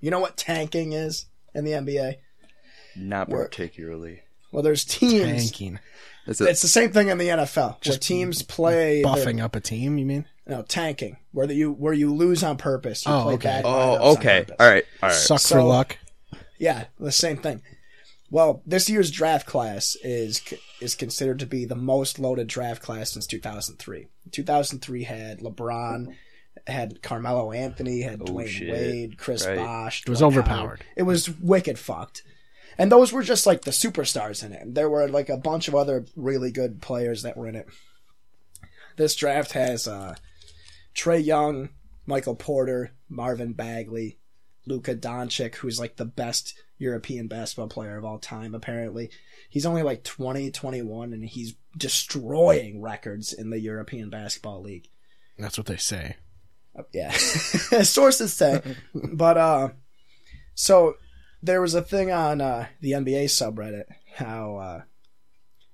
[SPEAKER 2] You know what tanking is in the NBA?
[SPEAKER 3] Not
[SPEAKER 2] Work.
[SPEAKER 3] particularly.
[SPEAKER 2] Well, there's teams.
[SPEAKER 1] Tanking.
[SPEAKER 3] That's a,
[SPEAKER 2] It's the same thing in the NFL, where
[SPEAKER 1] Just
[SPEAKER 2] teams play their-
[SPEAKER 1] Buffing up a team, you mean?
[SPEAKER 2] no tanking, where the, you where you lose on purpose. You
[SPEAKER 1] Oh,
[SPEAKER 2] play
[SPEAKER 1] okay.
[SPEAKER 2] bad lineups
[SPEAKER 3] oh,
[SPEAKER 2] on
[SPEAKER 3] okay,
[SPEAKER 2] purpose.
[SPEAKER 3] all right, all right.
[SPEAKER 1] Suck for
[SPEAKER 2] So-
[SPEAKER 1] luck.
[SPEAKER 2] Yeah, the same thing. Well, this year's draft class is is considered to be the most loaded draft class since 2003. 2003 had LeBron, had Carmelo Anthony, had
[SPEAKER 3] Oh,
[SPEAKER 2] Dwayne
[SPEAKER 3] shit.
[SPEAKER 2] Wade, Chris
[SPEAKER 3] Right.
[SPEAKER 2] Bosh.
[SPEAKER 1] It was
[SPEAKER 2] Dwight
[SPEAKER 1] overpowered.
[SPEAKER 2] Howard. It was wicked fucked. And those were just like the superstars in it. There were like a bunch of other really good players that were in it. This draft has uh, Trey Young, Michael Porter, Marvin Bagley, Luka Doncic, who's like the best European basketball player of all time, apparently. He's only like 20, 21, and he's destroying records in the European Basketball League.
[SPEAKER 1] That's what they say.
[SPEAKER 2] Uh, Yeah. *laughs* Sources say. But, uh, so there was a thing on uh, the NBA subreddit how uh,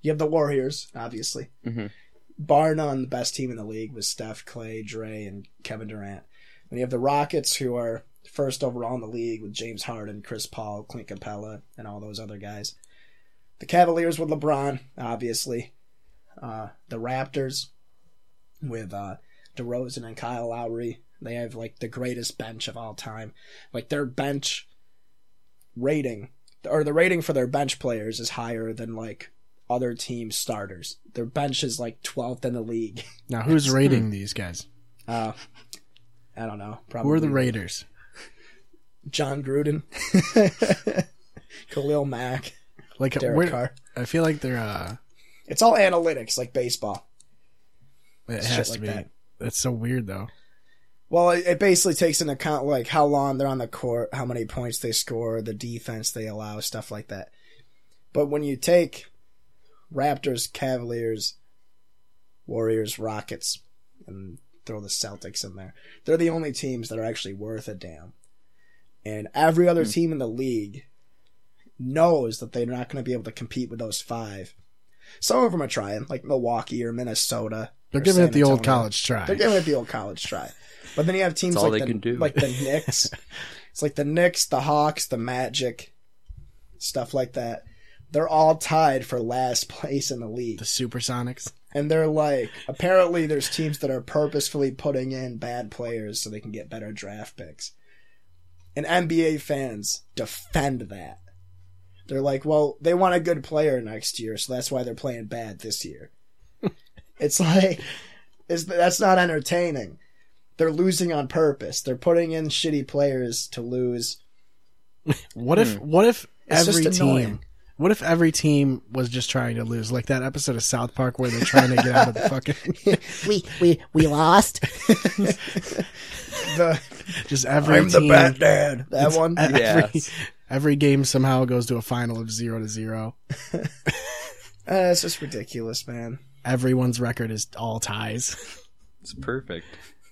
[SPEAKER 2] you have the Warriors, obviously.
[SPEAKER 3] Mhm.
[SPEAKER 2] Bar none, the best team in the league was Steph, Clay, Dre, and Kevin Durant. Then you have the Rockets, who are first overall in the league with James Harden, Chris Paul, Clint Capella, and all those other guys. The Cavaliers with LeBron, obviously. Uh, the Raptors with uh, DeRozan and Kyle Lowry. They have like the greatest bench of all time. Like their bench rating or the rating for their bench players is higher than like other team starters. Their bench is like 12th in the league. *laughs*
[SPEAKER 1] Now, who's
[SPEAKER 2] Hmm.
[SPEAKER 1] rating these guys?
[SPEAKER 2] Uh, I don't know. Probably
[SPEAKER 1] Who are the Raiders?
[SPEAKER 2] John Gruden,
[SPEAKER 1] *laughs*
[SPEAKER 2] Khalil Mack,
[SPEAKER 1] Like,
[SPEAKER 2] Derek
[SPEAKER 1] where-
[SPEAKER 2] Carr.
[SPEAKER 1] I feel like they're. uh
[SPEAKER 2] It's all analytics like baseball.
[SPEAKER 1] It
[SPEAKER 2] Shit
[SPEAKER 1] has to
[SPEAKER 2] like
[SPEAKER 1] be.
[SPEAKER 2] that.
[SPEAKER 1] That's so weird, though.
[SPEAKER 2] Well, it, it basically takes into account like how long they're on the court, how many points they score, the defense they allow, stuff like that. But when you take Raptors, Cavaliers, Warriors, Rockets, and throw the Celtics in there, they're the only teams that are actually worth a damn. And every other team in the league knows that they're not going to be able to compete with those five. Some of them are trying, like Milwaukee or Minnesota.
[SPEAKER 1] They're
[SPEAKER 2] or
[SPEAKER 1] giving
[SPEAKER 2] San
[SPEAKER 1] it the old
[SPEAKER 2] Antonio.
[SPEAKER 1] college try.
[SPEAKER 2] They're giving it the old college try. But then you have teams
[SPEAKER 3] That's all
[SPEAKER 2] like
[SPEAKER 3] they
[SPEAKER 2] the,
[SPEAKER 3] can do. *laughs*
[SPEAKER 2] like the Knicks. it's like the Knicks, the Hawks, the Magic, stuff like that. They're all tied for last place in the league.
[SPEAKER 1] the Supersonics.
[SPEAKER 2] And they're like apparently there's teams that are purposefully putting in bad players so they can get better draft picks. And NBA fans defend that. They're like, well, they want a good player next year, so that's why they're playing bad this year. it's like it's, that's not entertaining. They're losing on purpose. They're putting in shitty players to lose.
[SPEAKER 1] What if? What if
[SPEAKER 2] Hmm. It's
[SPEAKER 1] every
[SPEAKER 2] just
[SPEAKER 1] team?
[SPEAKER 2] annoying.
[SPEAKER 1] What if every team was just trying to lose, like that episode of South Park where they're trying to get out
[SPEAKER 2] *laughs*
[SPEAKER 1] of the fucking? *laughs*
[SPEAKER 4] We we we lost.
[SPEAKER 2] The
[SPEAKER 1] Just every team.
[SPEAKER 2] Dad. That
[SPEAKER 1] it's-
[SPEAKER 2] one.
[SPEAKER 1] Every,
[SPEAKER 3] *laughs* Yes.
[SPEAKER 2] *laughs*
[SPEAKER 1] every game somehow goes to a final of zero to zero.
[SPEAKER 2] Uh, it's just ridiculous, man.
[SPEAKER 1] Everyone's record is all ties. *laughs*
[SPEAKER 3] It's perfect.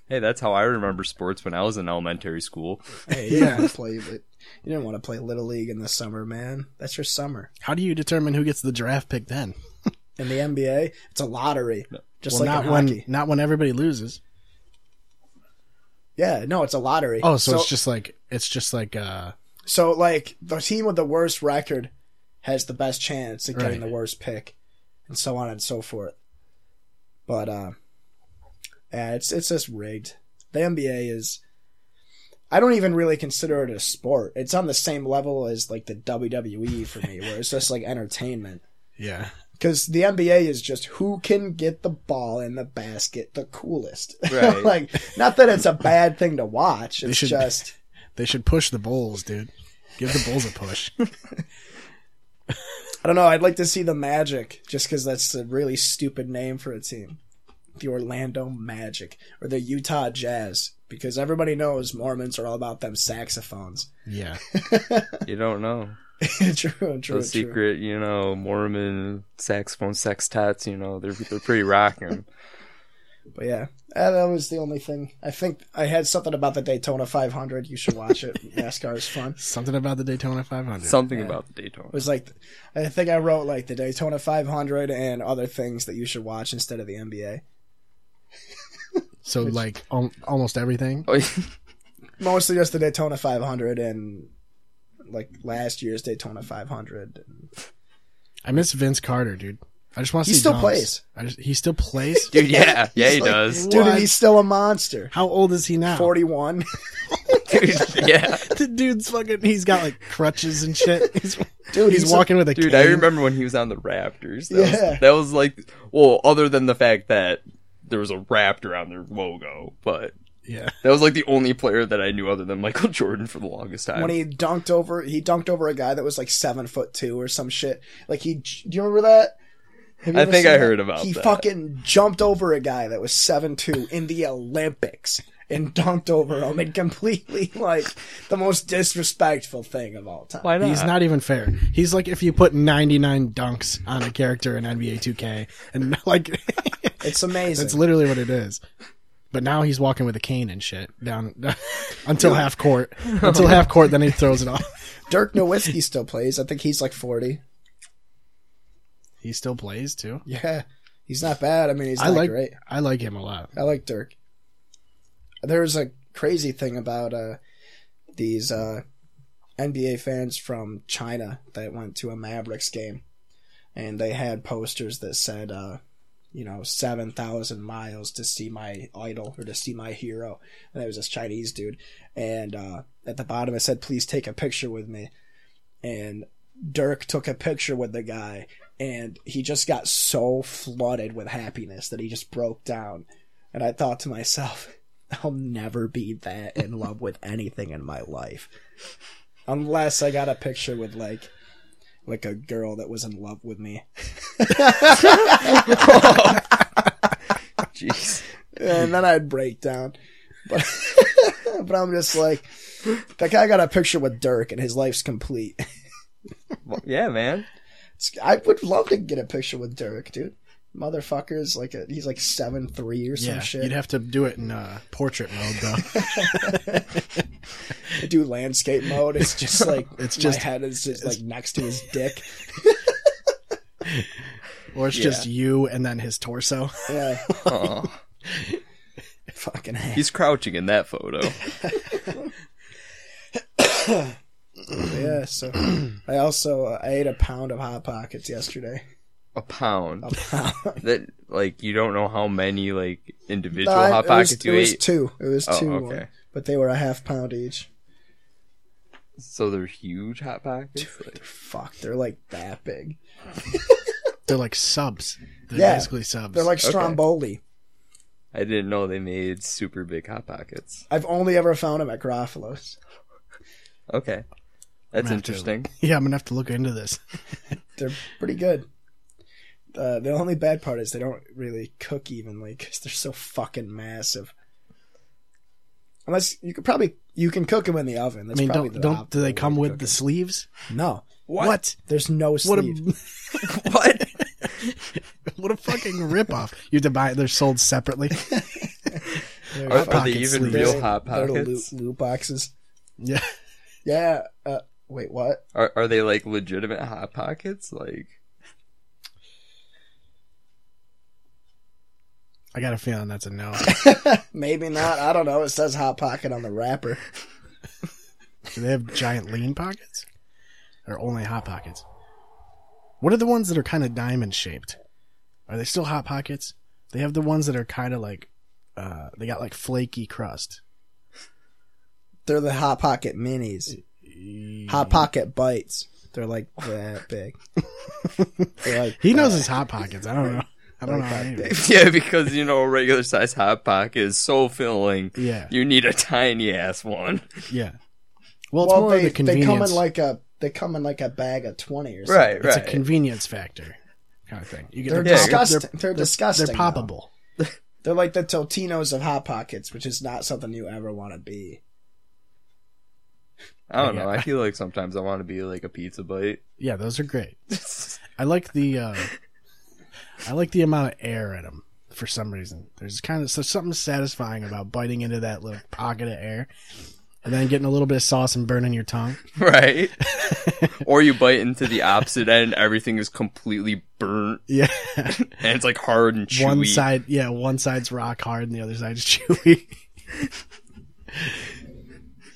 [SPEAKER 3] Hey, that's how I remember sports when I was in elementary school.
[SPEAKER 2] Hey, you didn't want to play. You didn't want to play little league in the summer, man. That's your summer.
[SPEAKER 1] How do you determine who gets the draft pick then?
[SPEAKER 2] In the NBA, it's a lottery, just
[SPEAKER 1] Well,
[SPEAKER 2] like
[SPEAKER 1] not
[SPEAKER 2] in
[SPEAKER 1] when
[SPEAKER 2] hockey.
[SPEAKER 1] not when everybody loses.
[SPEAKER 2] Yeah, no, it's a lottery.
[SPEAKER 1] Oh, so, it's just like it's just like uh
[SPEAKER 2] so like the team with the worst record has the best chance at getting
[SPEAKER 1] Right.
[SPEAKER 2] the worst pick, and so on and so forth. But uh, yeah, it's it's just rigged. The NBA is. I don't even really consider it a sport. It's on the same level as like the WWE for me, where it's just like entertainment.
[SPEAKER 1] yeah.
[SPEAKER 2] Because the NBA is just who can get the ball in the basket the coolest. *laughs*
[SPEAKER 3] Right.
[SPEAKER 2] like, not that it's a bad thing to watch. It's
[SPEAKER 1] should-
[SPEAKER 2] just
[SPEAKER 1] They should push the Bulls, dude. Give the Bulls a push. *laughs*
[SPEAKER 2] I don't know. I'd like to see the Magic, just because that's a really stupid name for a team. The Orlando Magic or the Utah Jazz, because everybody knows Mormons are all about them saxophones. *laughs*
[SPEAKER 1] yeah.
[SPEAKER 3] You don't know.
[SPEAKER 2] true, true,
[SPEAKER 3] The
[SPEAKER 2] true.
[SPEAKER 3] secret,
[SPEAKER 2] *laughs*
[SPEAKER 3] you know, Mormon saxophone sextets, you know, they're they're pretty rocking.
[SPEAKER 2] But yeah, uh, that was the only thing. I think I had something about the Daytona 500. You should watch it. *laughs* NASCAR is fun.
[SPEAKER 1] Something about the Daytona 500.
[SPEAKER 3] Something about the
[SPEAKER 2] *laughs*
[SPEAKER 3] Daytona. *laughs*
[SPEAKER 2] It was like, I think I wrote like the Daytona 500 and other things that you should watch instead of the NBA.
[SPEAKER 1] so like al- almost everything.
[SPEAKER 3] Oh,
[SPEAKER 2] Mostly just the Daytona 500 and like last year's Daytona 500.
[SPEAKER 1] I miss Vince Carter, dude. I just want to
[SPEAKER 2] He
[SPEAKER 1] see.
[SPEAKER 2] still
[SPEAKER 1] dunks.
[SPEAKER 2] plays.
[SPEAKER 1] I just, he still plays.
[SPEAKER 3] dude, yeah, yeah, he
[SPEAKER 2] Like,
[SPEAKER 3] does.
[SPEAKER 2] Dude,
[SPEAKER 1] What?
[SPEAKER 2] and he's still a monster.
[SPEAKER 1] How old is he now?
[SPEAKER 2] 41. *laughs*
[SPEAKER 3] Dude, yeah,
[SPEAKER 1] *laughs* The dude's fucking. He's got like crutches and shit. He's,
[SPEAKER 2] Dude,
[SPEAKER 1] he's
[SPEAKER 2] he's a-
[SPEAKER 1] walking with a
[SPEAKER 3] dude,
[SPEAKER 1] cane.
[SPEAKER 3] I remember when he was on the Raptors. That
[SPEAKER 2] Yeah.
[SPEAKER 3] was, that was like, well, other than the fact that there was a Raptor on their logo, but
[SPEAKER 1] Yeah,
[SPEAKER 3] that was like the only player that I knew other than Michael Jordan for the longest time.
[SPEAKER 2] when he dunked over he dunked over a guy that was like seven foot two or some shit like he j- do you remember that Have you
[SPEAKER 3] I
[SPEAKER 2] ever
[SPEAKER 3] think
[SPEAKER 2] seen
[SPEAKER 3] I
[SPEAKER 2] that?
[SPEAKER 3] heard about
[SPEAKER 2] he
[SPEAKER 3] that.
[SPEAKER 2] fucking jumped over a guy that was seven two in the olympics and dunked over him and completely like the most disrespectful thing of all time
[SPEAKER 3] Why not?
[SPEAKER 1] he's not even fair. He's like if you put 99 dunks on a character in NBA 2K, and *laughs* like
[SPEAKER 2] it's amazing
[SPEAKER 1] that's literally what it is. But now he's walking with a cane and shit down *laughs* until half
[SPEAKER 2] *laughs*
[SPEAKER 1] court. Until half court, then he throws it off.
[SPEAKER 2] dirk nowitzki still plays i think he's like 40
[SPEAKER 1] He still plays too.
[SPEAKER 2] yeah he's not bad i mean he's
[SPEAKER 1] I
[SPEAKER 2] not
[SPEAKER 1] like
[SPEAKER 2] great
[SPEAKER 1] I like him a lot.
[SPEAKER 2] I like Dirk. There was a crazy thing about uh, these uh, NBA fans from China that went to a Mavericks game, and they had posters that said, uh, you know, 7,000 miles to see my idol or to see my hero. And it was this Chinese dude. And uh, at the bottom it said, please take a picture with me. And Dirk took a picture with the guy, and he just got so flooded with happiness that he just broke down. And I thought to myself, *laughs* I'll never be that in love with anything in my life. Unless I got a picture with like like a girl that was in love with me.
[SPEAKER 3] *laughs* Jeez.
[SPEAKER 2] And then I'd break down. But *laughs* but I'm just like that guy got a picture with Dirk and his life's complete.
[SPEAKER 3] Well, yeah,
[SPEAKER 2] *laughs*
[SPEAKER 3] man.
[SPEAKER 2] It's- I would love to get a picture with Dirk, dude. Motherfucker's like a, he's like seven three or some
[SPEAKER 1] Yeah,
[SPEAKER 2] shit.
[SPEAKER 1] you'd have to do it in uh, portrait mode
[SPEAKER 2] *laughs*
[SPEAKER 1] though.
[SPEAKER 2] I do landscape mode. It's just like
[SPEAKER 1] It's
[SPEAKER 2] it's
[SPEAKER 1] just-
[SPEAKER 2] just my head is just like next to his dick.
[SPEAKER 1] Or it's just you and then his torso. *laughs*
[SPEAKER 2] Yeah, *laughs*
[SPEAKER 3] Aw.
[SPEAKER 2] fucking ass.
[SPEAKER 3] he's crouching in that photo.
[SPEAKER 2] Yeah, so
[SPEAKER 1] *clears throat*
[SPEAKER 2] I also uh, I ate a pound of hot pockets yesterday. *laughs*
[SPEAKER 3] A pound.
[SPEAKER 2] A pound.
[SPEAKER 3] That like you don't know how many like individual
[SPEAKER 2] No,
[SPEAKER 3] hot
[SPEAKER 2] it was-
[SPEAKER 3] pockets
[SPEAKER 2] it
[SPEAKER 3] you
[SPEAKER 2] was
[SPEAKER 3] ate.
[SPEAKER 2] two. It was
[SPEAKER 3] Oh,
[SPEAKER 2] two,
[SPEAKER 3] okay.
[SPEAKER 2] one, but they were a half pound each.
[SPEAKER 3] so they're huge hot pockets. Like,
[SPEAKER 2] Fuck, they're like that big.
[SPEAKER 1] They're like subs. They're
[SPEAKER 2] Yeah.
[SPEAKER 1] basically subs.
[SPEAKER 2] They're like
[SPEAKER 3] Okay.
[SPEAKER 2] stromboli.
[SPEAKER 3] I didn't know they made super big hot pockets.
[SPEAKER 2] I've only ever found them at Garofalo's.
[SPEAKER 3] Okay, that's
[SPEAKER 1] Matt, too.
[SPEAKER 3] interesting.
[SPEAKER 1] yeah, I'm gonna have to look into this.
[SPEAKER 2] They're pretty good. Uh, the only bad part is they don't really cook evenly because they're so fucking massive. Unless you could probably you can cook them in the oven.
[SPEAKER 1] I
[SPEAKER 2] That's
[SPEAKER 1] mean,
[SPEAKER 2] probably
[SPEAKER 1] don't
[SPEAKER 2] the
[SPEAKER 1] don't do
[SPEAKER 2] optimal
[SPEAKER 1] they
[SPEAKER 2] way
[SPEAKER 1] come
[SPEAKER 2] to
[SPEAKER 1] with
[SPEAKER 2] cook
[SPEAKER 1] the
[SPEAKER 2] 'em.
[SPEAKER 1] sleeves?
[SPEAKER 2] no?
[SPEAKER 1] What?
[SPEAKER 2] There's no
[SPEAKER 1] What
[SPEAKER 2] sleeve.
[SPEAKER 1] a *laughs*
[SPEAKER 2] *laughs*
[SPEAKER 3] What?
[SPEAKER 1] what a fucking ripoff! You have to buy it. They're sold
[SPEAKER 2] *laughs*
[SPEAKER 1] separately.
[SPEAKER 3] Are,
[SPEAKER 1] Hot
[SPEAKER 3] are they
[SPEAKER 1] pocket
[SPEAKER 3] even
[SPEAKER 1] sleeves.
[SPEAKER 3] real
[SPEAKER 2] They're-
[SPEAKER 3] hot
[SPEAKER 2] they're loot-
[SPEAKER 3] pockets?
[SPEAKER 2] loot boxes.
[SPEAKER 1] Yeah,
[SPEAKER 2] *laughs* Yeah. Uh, wait, what? *laughs*
[SPEAKER 3] Are are they like legitimate hot pockets? Like *laughs*
[SPEAKER 1] I got a feeling that's a no.
[SPEAKER 2] Maybe not. I don't know. It says hot pocket on the wrapper.
[SPEAKER 1] Do they have giant lean pockets, or only hot pockets? What are the ones that are kind of diamond shaped? Are they still hot pockets? They have the ones that are kind of like, uh, they got like flaky crust.
[SPEAKER 2] They're the hot pocket minis.
[SPEAKER 1] Mm-hmm.
[SPEAKER 2] Hot pocket bites. They're like
[SPEAKER 1] *laughs*
[SPEAKER 2] that big. They're like
[SPEAKER 1] He knows his hot pockets. I don't know. I don't know.
[SPEAKER 2] Like
[SPEAKER 1] how
[SPEAKER 2] that
[SPEAKER 1] he-
[SPEAKER 2] big.
[SPEAKER 3] yeah, because you know a regular size hot pocket is so filling. *laughs*
[SPEAKER 1] Yeah.
[SPEAKER 3] you need a tiny ass one.
[SPEAKER 1] Yeah. Well, it's
[SPEAKER 2] well,
[SPEAKER 1] more of
[SPEAKER 2] they,
[SPEAKER 1] the
[SPEAKER 2] they
[SPEAKER 1] convenience.
[SPEAKER 2] come in like a they come in like a bag of twenty or something.
[SPEAKER 3] Right,
[SPEAKER 1] it's
[SPEAKER 3] right.
[SPEAKER 1] a convenience factor kind of thing. You get
[SPEAKER 2] They're
[SPEAKER 3] Yeah.
[SPEAKER 2] disgusting. They're, disgusting.
[SPEAKER 1] They're
[SPEAKER 2] though.
[SPEAKER 1] poppable.
[SPEAKER 2] They're like the Totinos of hot pockets, which is not something you ever want to be.
[SPEAKER 3] I don't
[SPEAKER 1] Yeah.
[SPEAKER 3] know. I feel like sometimes I want to be like a pizza bite. *laughs*
[SPEAKER 1] Yeah, those are great. I like the uh, I like the amount of air in them. for some reason. There's kind of so something satisfying about biting into that little pocket of air and then getting a little bit of sauce and burning your tongue. *laughs*
[SPEAKER 3] Right? or you bite into the opposite end, everything is completely burnt
[SPEAKER 1] Yeah.
[SPEAKER 3] and it's like hard and
[SPEAKER 1] *laughs*
[SPEAKER 3] chewy.
[SPEAKER 1] One side, yeah, one side's rock hard and the other side's *laughs* chewy.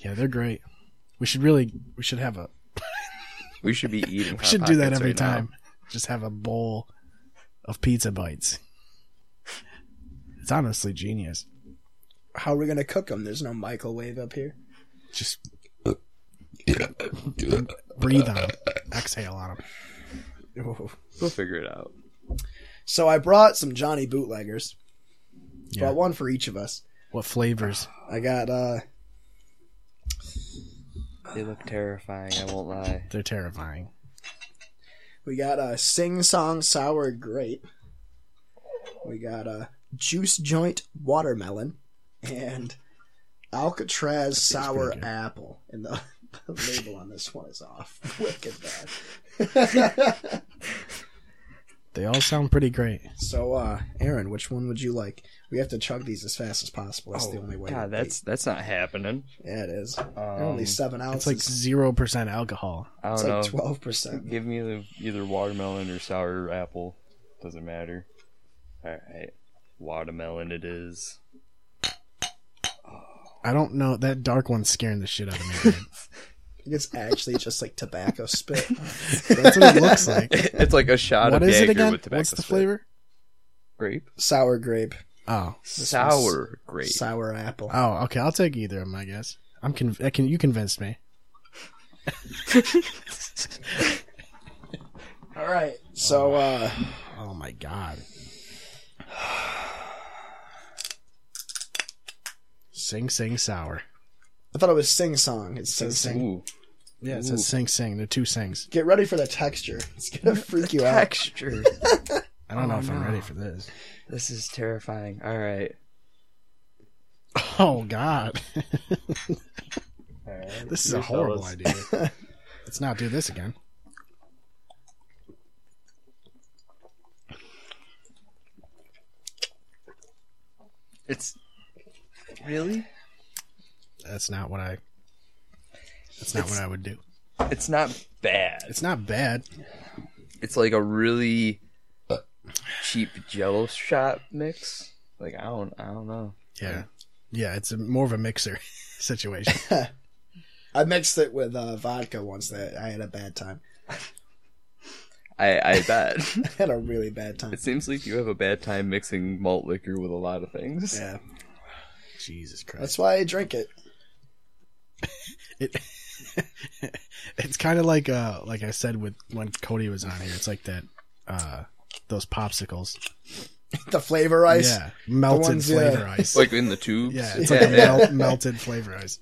[SPEAKER 1] yeah, they're great. We should really we should have a
[SPEAKER 3] We should be eating.
[SPEAKER 1] we should do that every time. Just have a bowl of pizza bites. It's honestly genius.
[SPEAKER 2] How are we gonna cook them? There's no microwave up here.
[SPEAKER 1] Just breathe on 'em. exhale on them.
[SPEAKER 3] We'll figure it out.
[SPEAKER 2] So I brought some Johnny bootleggers.
[SPEAKER 1] Yeah.
[SPEAKER 2] Brought one for each of us.
[SPEAKER 1] What flavors?
[SPEAKER 2] I got uh
[SPEAKER 3] They look terrifying. I won't lie.
[SPEAKER 1] They're terrifying.
[SPEAKER 2] we got a sing song sour grape. We got a juice joint watermelon and Alcatraz sour
[SPEAKER 1] pretty good.
[SPEAKER 2] apple. And the, *laughs* the label on this one is off. *laughs* Wicked
[SPEAKER 3] *laughs*
[SPEAKER 2] bad.
[SPEAKER 1] They all sound pretty great.
[SPEAKER 2] so uh Aaron, which one would you like? We have to chug these as fast as possible. That's the only way. to
[SPEAKER 3] Oh God, that's that's not happening.
[SPEAKER 2] beat. yeah, it is.
[SPEAKER 3] Um,
[SPEAKER 2] They're only seven
[SPEAKER 1] It's
[SPEAKER 2] ounces.
[SPEAKER 1] like zero percent alcohol.
[SPEAKER 3] I
[SPEAKER 2] It's
[SPEAKER 3] don't know.
[SPEAKER 2] like twelve percent.
[SPEAKER 3] Give me the, either watermelon or sour apple. Doesn't matter. All right, watermelon it is.
[SPEAKER 1] I don't know. That dark one's scaring the shit out of me. dude.
[SPEAKER 2] It's actually just like tobacco spit.
[SPEAKER 1] That's what it looks like.
[SPEAKER 3] *laughs* it's like a shot
[SPEAKER 1] What
[SPEAKER 3] of
[SPEAKER 1] is
[SPEAKER 3] Jaeger
[SPEAKER 1] it again?
[SPEAKER 3] with tobacco
[SPEAKER 1] What's the
[SPEAKER 3] spit.
[SPEAKER 1] flavor?
[SPEAKER 3] Grape.
[SPEAKER 2] Sour grape.
[SPEAKER 1] Oh,
[SPEAKER 2] This one's
[SPEAKER 3] Sour grape.
[SPEAKER 2] Sour apple.
[SPEAKER 1] oh, okay. I'll take either of them. I guess. I'm con- I can. You convinced me.
[SPEAKER 2] All right. So uh
[SPEAKER 1] Oh my god. *sighs* Sing Sing Sour.
[SPEAKER 2] I thought it was sing song. It's sing sing.
[SPEAKER 3] Ooh,
[SPEAKER 1] Yeah, it
[SPEAKER 3] Ooh.
[SPEAKER 1] says Sing Sing. They're two sings.
[SPEAKER 2] Get ready for the texture. It's gonna freak you out.
[SPEAKER 3] texture.
[SPEAKER 1] I don't know
[SPEAKER 3] Oh,
[SPEAKER 1] if I'm
[SPEAKER 3] no.
[SPEAKER 1] ready for this.
[SPEAKER 3] this is terrifying. All right.
[SPEAKER 1] Oh god.
[SPEAKER 3] All right.
[SPEAKER 1] this is
[SPEAKER 3] Here,
[SPEAKER 1] a horrible
[SPEAKER 3] fellas.
[SPEAKER 1] idea.
[SPEAKER 3] *laughs*
[SPEAKER 1] Let's not do this again.
[SPEAKER 3] It's really.
[SPEAKER 1] That's not what I That's not what I would do.
[SPEAKER 3] It's not bad.
[SPEAKER 1] It's not bad.
[SPEAKER 3] it's like a really cheap jello shot mix. Like I don't I don't know.
[SPEAKER 1] Yeah. Yeah, it's a, more of a mixer *laughs*
[SPEAKER 3] *laughs*
[SPEAKER 1] situation.
[SPEAKER 2] I mixed it with uh, vodka once. That I had a bad time. *laughs*
[SPEAKER 3] I
[SPEAKER 1] *laughs*
[SPEAKER 3] I bet.
[SPEAKER 2] I had a really bad time.
[SPEAKER 3] it seems like you have a bad time mixing malt liquor with a lot of things.
[SPEAKER 2] Yeah.
[SPEAKER 1] Jesus Christ.
[SPEAKER 2] That's why I drink it.
[SPEAKER 1] It, it's kind of like uh like I said with when Cody was on here. It's like that uh those popsicles.
[SPEAKER 2] The flavor ice.
[SPEAKER 1] Yeah, melted
[SPEAKER 2] ones, yeah.
[SPEAKER 1] flavor
[SPEAKER 3] *laughs*
[SPEAKER 1] ice.
[SPEAKER 3] Like in the tubes.
[SPEAKER 1] yeah, it's like a *laughs* mel- melted flavor ice.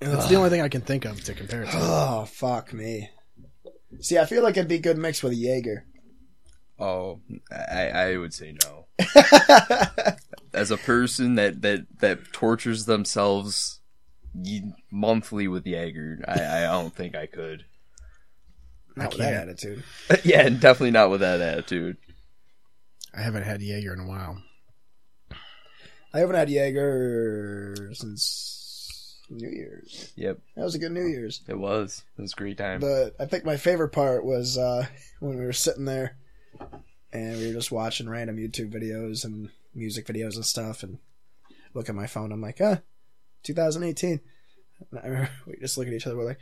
[SPEAKER 1] That's the only thing I can think of to compare it to.
[SPEAKER 2] Oh fuck me. See, I feel like it'd be good mixed with a Jaeger. *laughs*
[SPEAKER 3] Oh, I I would say no. As a person that that that tortures themselves ye- monthly with Jaeger, I I don't think I could.
[SPEAKER 2] *gasps* Not with that attitude.
[SPEAKER 3] *laughs* yeah, and definitely not with that attitude.
[SPEAKER 1] I haven't had Jaeger in a while.
[SPEAKER 2] I haven't had Jaeger since New Year's.
[SPEAKER 3] Yep,
[SPEAKER 2] That was a good New Year's.
[SPEAKER 3] it was. It was a great time.
[SPEAKER 2] But I think my favorite part was uh, *laughs* when we were sitting there and we were just watching random YouTube videos and music videos and stuff and look at my phone. I'm like, ah, 2018. And I remember *laughs* we just look at each other. We're like,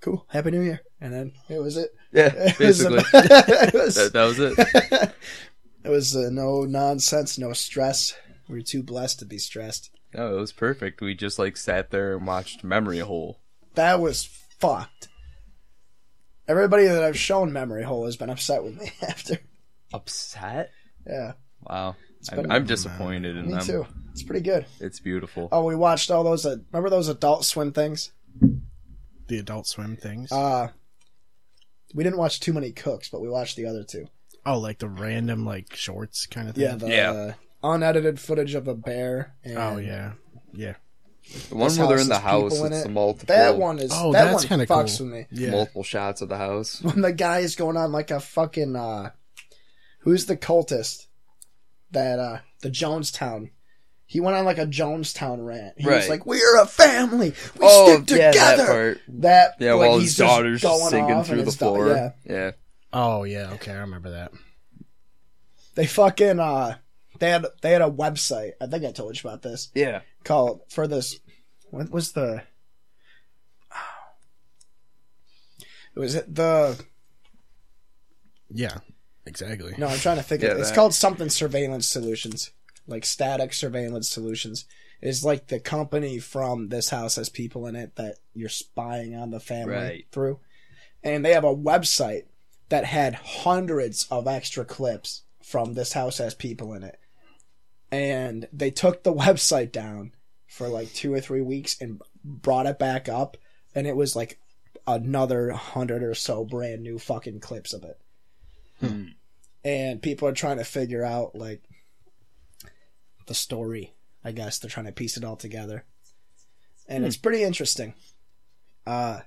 [SPEAKER 2] cool, Happy New Year. And then it was it. *laughs*
[SPEAKER 3] yeah,
[SPEAKER 2] It was,
[SPEAKER 3] basically.
[SPEAKER 2] *laughs* it was,
[SPEAKER 3] that, that was it.
[SPEAKER 2] *laughs* it was uh, no nonsense, no stress. We were too blessed to be stressed.
[SPEAKER 3] No, it was perfect. We just like sat there and watched Memory Hole.
[SPEAKER 2] That was fucked. Everybody that I've shown Memory Hole has been upset with me *laughs* after.
[SPEAKER 3] Upset?
[SPEAKER 2] Yeah.
[SPEAKER 3] Wow.
[SPEAKER 2] been-
[SPEAKER 3] I'm, I'm disappointed in
[SPEAKER 2] Me
[SPEAKER 3] them.
[SPEAKER 2] too. It's pretty good.
[SPEAKER 3] It's beautiful.
[SPEAKER 2] Oh, we watched all those. Uh, remember those Adult Swim things?
[SPEAKER 1] The Adult Swim things.
[SPEAKER 2] Uh, we didn't watch too many cooks, but we watched the other two.
[SPEAKER 1] oh, like the random like shorts kind of thing.
[SPEAKER 2] Yeah, the
[SPEAKER 3] Yeah.
[SPEAKER 2] Uh, unedited footage of a bear. And
[SPEAKER 1] oh yeah. Yeah.
[SPEAKER 3] the one
[SPEAKER 2] this
[SPEAKER 3] where they're in the
[SPEAKER 2] house has
[SPEAKER 3] house,
[SPEAKER 2] people in it.
[SPEAKER 3] it's the multiple,
[SPEAKER 2] That one is
[SPEAKER 1] Oh,
[SPEAKER 2] that
[SPEAKER 1] that's
[SPEAKER 2] one
[SPEAKER 1] kinda
[SPEAKER 2] fucks
[SPEAKER 1] cool.
[SPEAKER 2] with me.
[SPEAKER 1] Yeah.
[SPEAKER 3] multiple shots of the house.
[SPEAKER 2] When the guy is going on like a fucking uh, who's the cultist? that uh the Jonestown. He went on like a Jonestown rant. He was
[SPEAKER 3] Right.
[SPEAKER 2] like, "We're a family. We stick together."
[SPEAKER 3] Oh, yeah,
[SPEAKER 2] that
[SPEAKER 3] that part. Yeah,
[SPEAKER 2] like,
[SPEAKER 3] while
[SPEAKER 2] he's
[SPEAKER 3] his
[SPEAKER 2] just
[SPEAKER 3] daughter's
[SPEAKER 2] going
[SPEAKER 3] sinking
[SPEAKER 2] off and
[SPEAKER 3] through the
[SPEAKER 2] his da-
[SPEAKER 3] floor.
[SPEAKER 2] yeah,
[SPEAKER 3] yeah.
[SPEAKER 1] Oh yeah, okay, I remember that.
[SPEAKER 2] they fucking uh, they had they had a website. I think I told you about this.
[SPEAKER 3] Yeah.
[SPEAKER 2] called for this. What was the? *sighs* It was it the
[SPEAKER 1] Yeah, exactly.
[SPEAKER 2] no. I'm trying to think.
[SPEAKER 3] Yeah,
[SPEAKER 2] of, it's
[SPEAKER 3] that.
[SPEAKER 2] called something surveillance solutions, like static surveillance solutions. Is like the company from this house has people in it that you're spying on the family
[SPEAKER 3] Right.
[SPEAKER 2] through, and they have a website that had hundreds of extra clips from this house has people in it, and they took the *laughs* website down for like two or three weeks and brought it back up, and it was like another hundred or so brand new fucking clips of it. And people are trying to figure out like the story. I guess they're trying to piece it all together, and it's pretty interesting. Uh,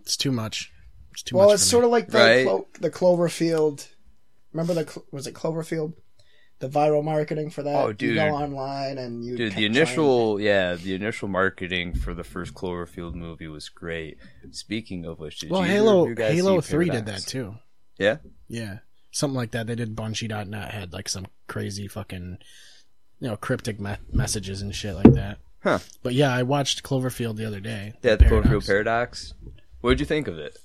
[SPEAKER 1] It's too much. It's too
[SPEAKER 2] well,
[SPEAKER 1] much.
[SPEAKER 2] it's
[SPEAKER 1] for
[SPEAKER 2] sort
[SPEAKER 1] me.
[SPEAKER 2] of like the
[SPEAKER 3] Right.
[SPEAKER 2] Clo- the Cloverfield. Remember the Cl- was it Cloverfield? The viral marketing for that.
[SPEAKER 3] Oh,
[SPEAKER 2] You
[SPEAKER 3] dude.
[SPEAKER 2] go online and you
[SPEAKER 3] Dude,
[SPEAKER 2] ca- try
[SPEAKER 3] the
[SPEAKER 2] and-
[SPEAKER 3] initial, yeah, the initial marketing for the first Cloverfield movie was great. Speaking of which, did
[SPEAKER 1] well,
[SPEAKER 3] you,
[SPEAKER 1] Halo
[SPEAKER 3] you guys
[SPEAKER 1] Halo
[SPEAKER 3] see
[SPEAKER 1] Three did
[SPEAKER 3] Paradox?
[SPEAKER 1] that too.
[SPEAKER 3] Yeah,
[SPEAKER 1] Yeah, something like that. They did Bungie.net had like some crazy fucking, you know, cryptic me- messages and shit like that.
[SPEAKER 3] Huh.
[SPEAKER 1] But yeah, I watched Cloverfield the other day.
[SPEAKER 3] yeah, the
[SPEAKER 1] the
[SPEAKER 3] Cloverfield Paradox. What would you think of it?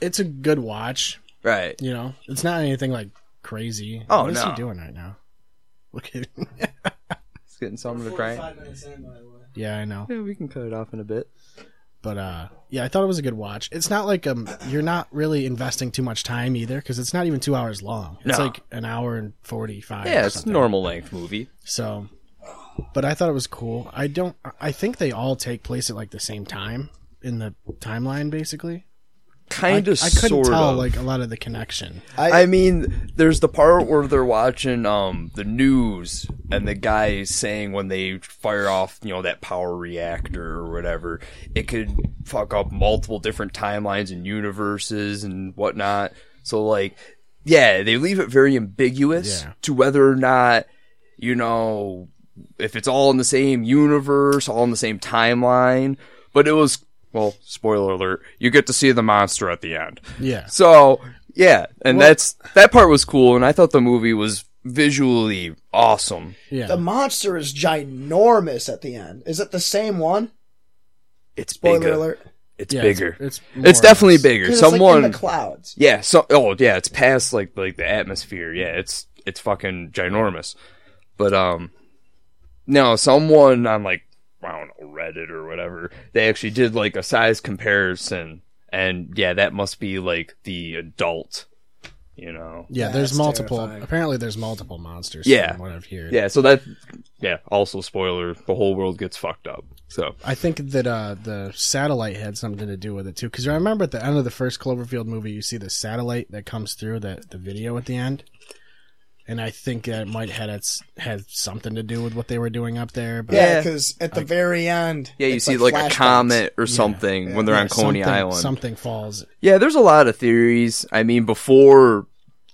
[SPEAKER 1] It's a good watch.
[SPEAKER 3] Right.
[SPEAKER 1] You know, it's not anything like crazy.
[SPEAKER 3] Oh,
[SPEAKER 1] what is
[SPEAKER 3] no.
[SPEAKER 1] he doing right now? *laughs* Look at.
[SPEAKER 3] It's getting something to cry.
[SPEAKER 1] yeah, I know.
[SPEAKER 3] Yeah, we can cut it off in a bit.
[SPEAKER 1] But uh, yeah, I thought it was a good watch. It's not like um, you're not really investing too much time either because it's not even two hours long. It's
[SPEAKER 3] No.
[SPEAKER 1] like an hour and forty five.
[SPEAKER 3] Yeah, it's normal length movie.
[SPEAKER 1] So, but I thought it was cool. I don't. I think they all take place at like the same time in the timeline, basically. I,
[SPEAKER 3] Kind of,
[SPEAKER 1] I couldn't
[SPEAKER 3] sort
[SPEAKER 1] tell
[SPEAKER 3] of.
[SPEAKER 1] like a lot of the connection.
[SPEAKER 3] I mean, there's the part where they're watching um the news and the guy is saying when they fire off, you know, that power reactor or whatever, it could fuck up multiple different timelines and universes and whatnot. So like yeah, they leave it very ambiguous
[SPEAKER 1] Yeah.
[SPEAKER 3] to whether or not, you know, if it's all in the same universe, all in the same timeline. But it was well, spoiler alert, you get to see the monster at the end.
[SPEAKER 1] Yeah,
[SPEAKER 3] So yeah, and that's that part was cool, and I thought the movie was visually awesome.
[SPEAKER 1] yeah.
[SPEAKER 2] The monster is ginormous at the end. Is it the same one?
[SPEAKER 3] It's
[SPEAKER 2] Spoiler
[SPEAKER 3] bigger.
[SPEAKER 2] alert.
[SPEAKER 3] It's
[SPEAKER 1] yeah,
[SPEAKER 3] bigger. It's,
[SPEAKER 1] It's, it's, more or
[SPEAKER 3] definitely
[SPEAKER 1] less-
[SPEAKER 3] bigger.
[SPEAKER 2] 'Cause it's, like,
[SPEAKER 3] Someone.
[SPEAKER 2] in the clouds.
[SPEAKER 3] yeah. So oh yeah, it's past like like the atmosphere. Yeah, it's it's fucking ginormous. But um, no, someone on like I don't know Reddit or whatever, they actually did like a size comparison, and yeah, that must be like the adult. You know.
[SPEAKER 1] Yeah,
[SPEAKER 2] Yeah,
[SPEAKER 1] there's
[SPEAKER 2] it's
[SPEAKER 1] multiple.
[SPEAKER 2] terrifying.
[SPEAKER 1] Apparently, there's multiple monsters.
[SPEAKER 3] Yeah.
[SPEAKER 1] from what I've heard.
[SPEAKER 3] Yeah, so that yeah, also spoiler, the whole world gets fucked up. So
[SPEAKER 1] I think that uh, the satellite had something to do with it too, because I remember at the end of the first Cloverfield movie, you see the satellite that comes through the the video at the end, and I think that might had its had something to do with what they were doing up there. But
[SPEAKER 2] Yeah,
[SPEAKER 3] Yeah.
[SPEAKER 2] because at the very end.
[SPEAKER 3] yeah, you
[SPEAKER 2] it's
[SPEAKER 3] see like, a
[SPEAKER 2] flashbacks.
[SPEAKER 3] comet or something when they're
[SPEAKER 1] Yeah,
[SPEAKER 3] on Coney
[SPEAKER 1] something-
[SPEAKER 3] Island.
[SPEAKER 1] something falls.
[SPEAKER 3] Yeah, there's a lot of theories. I mean, before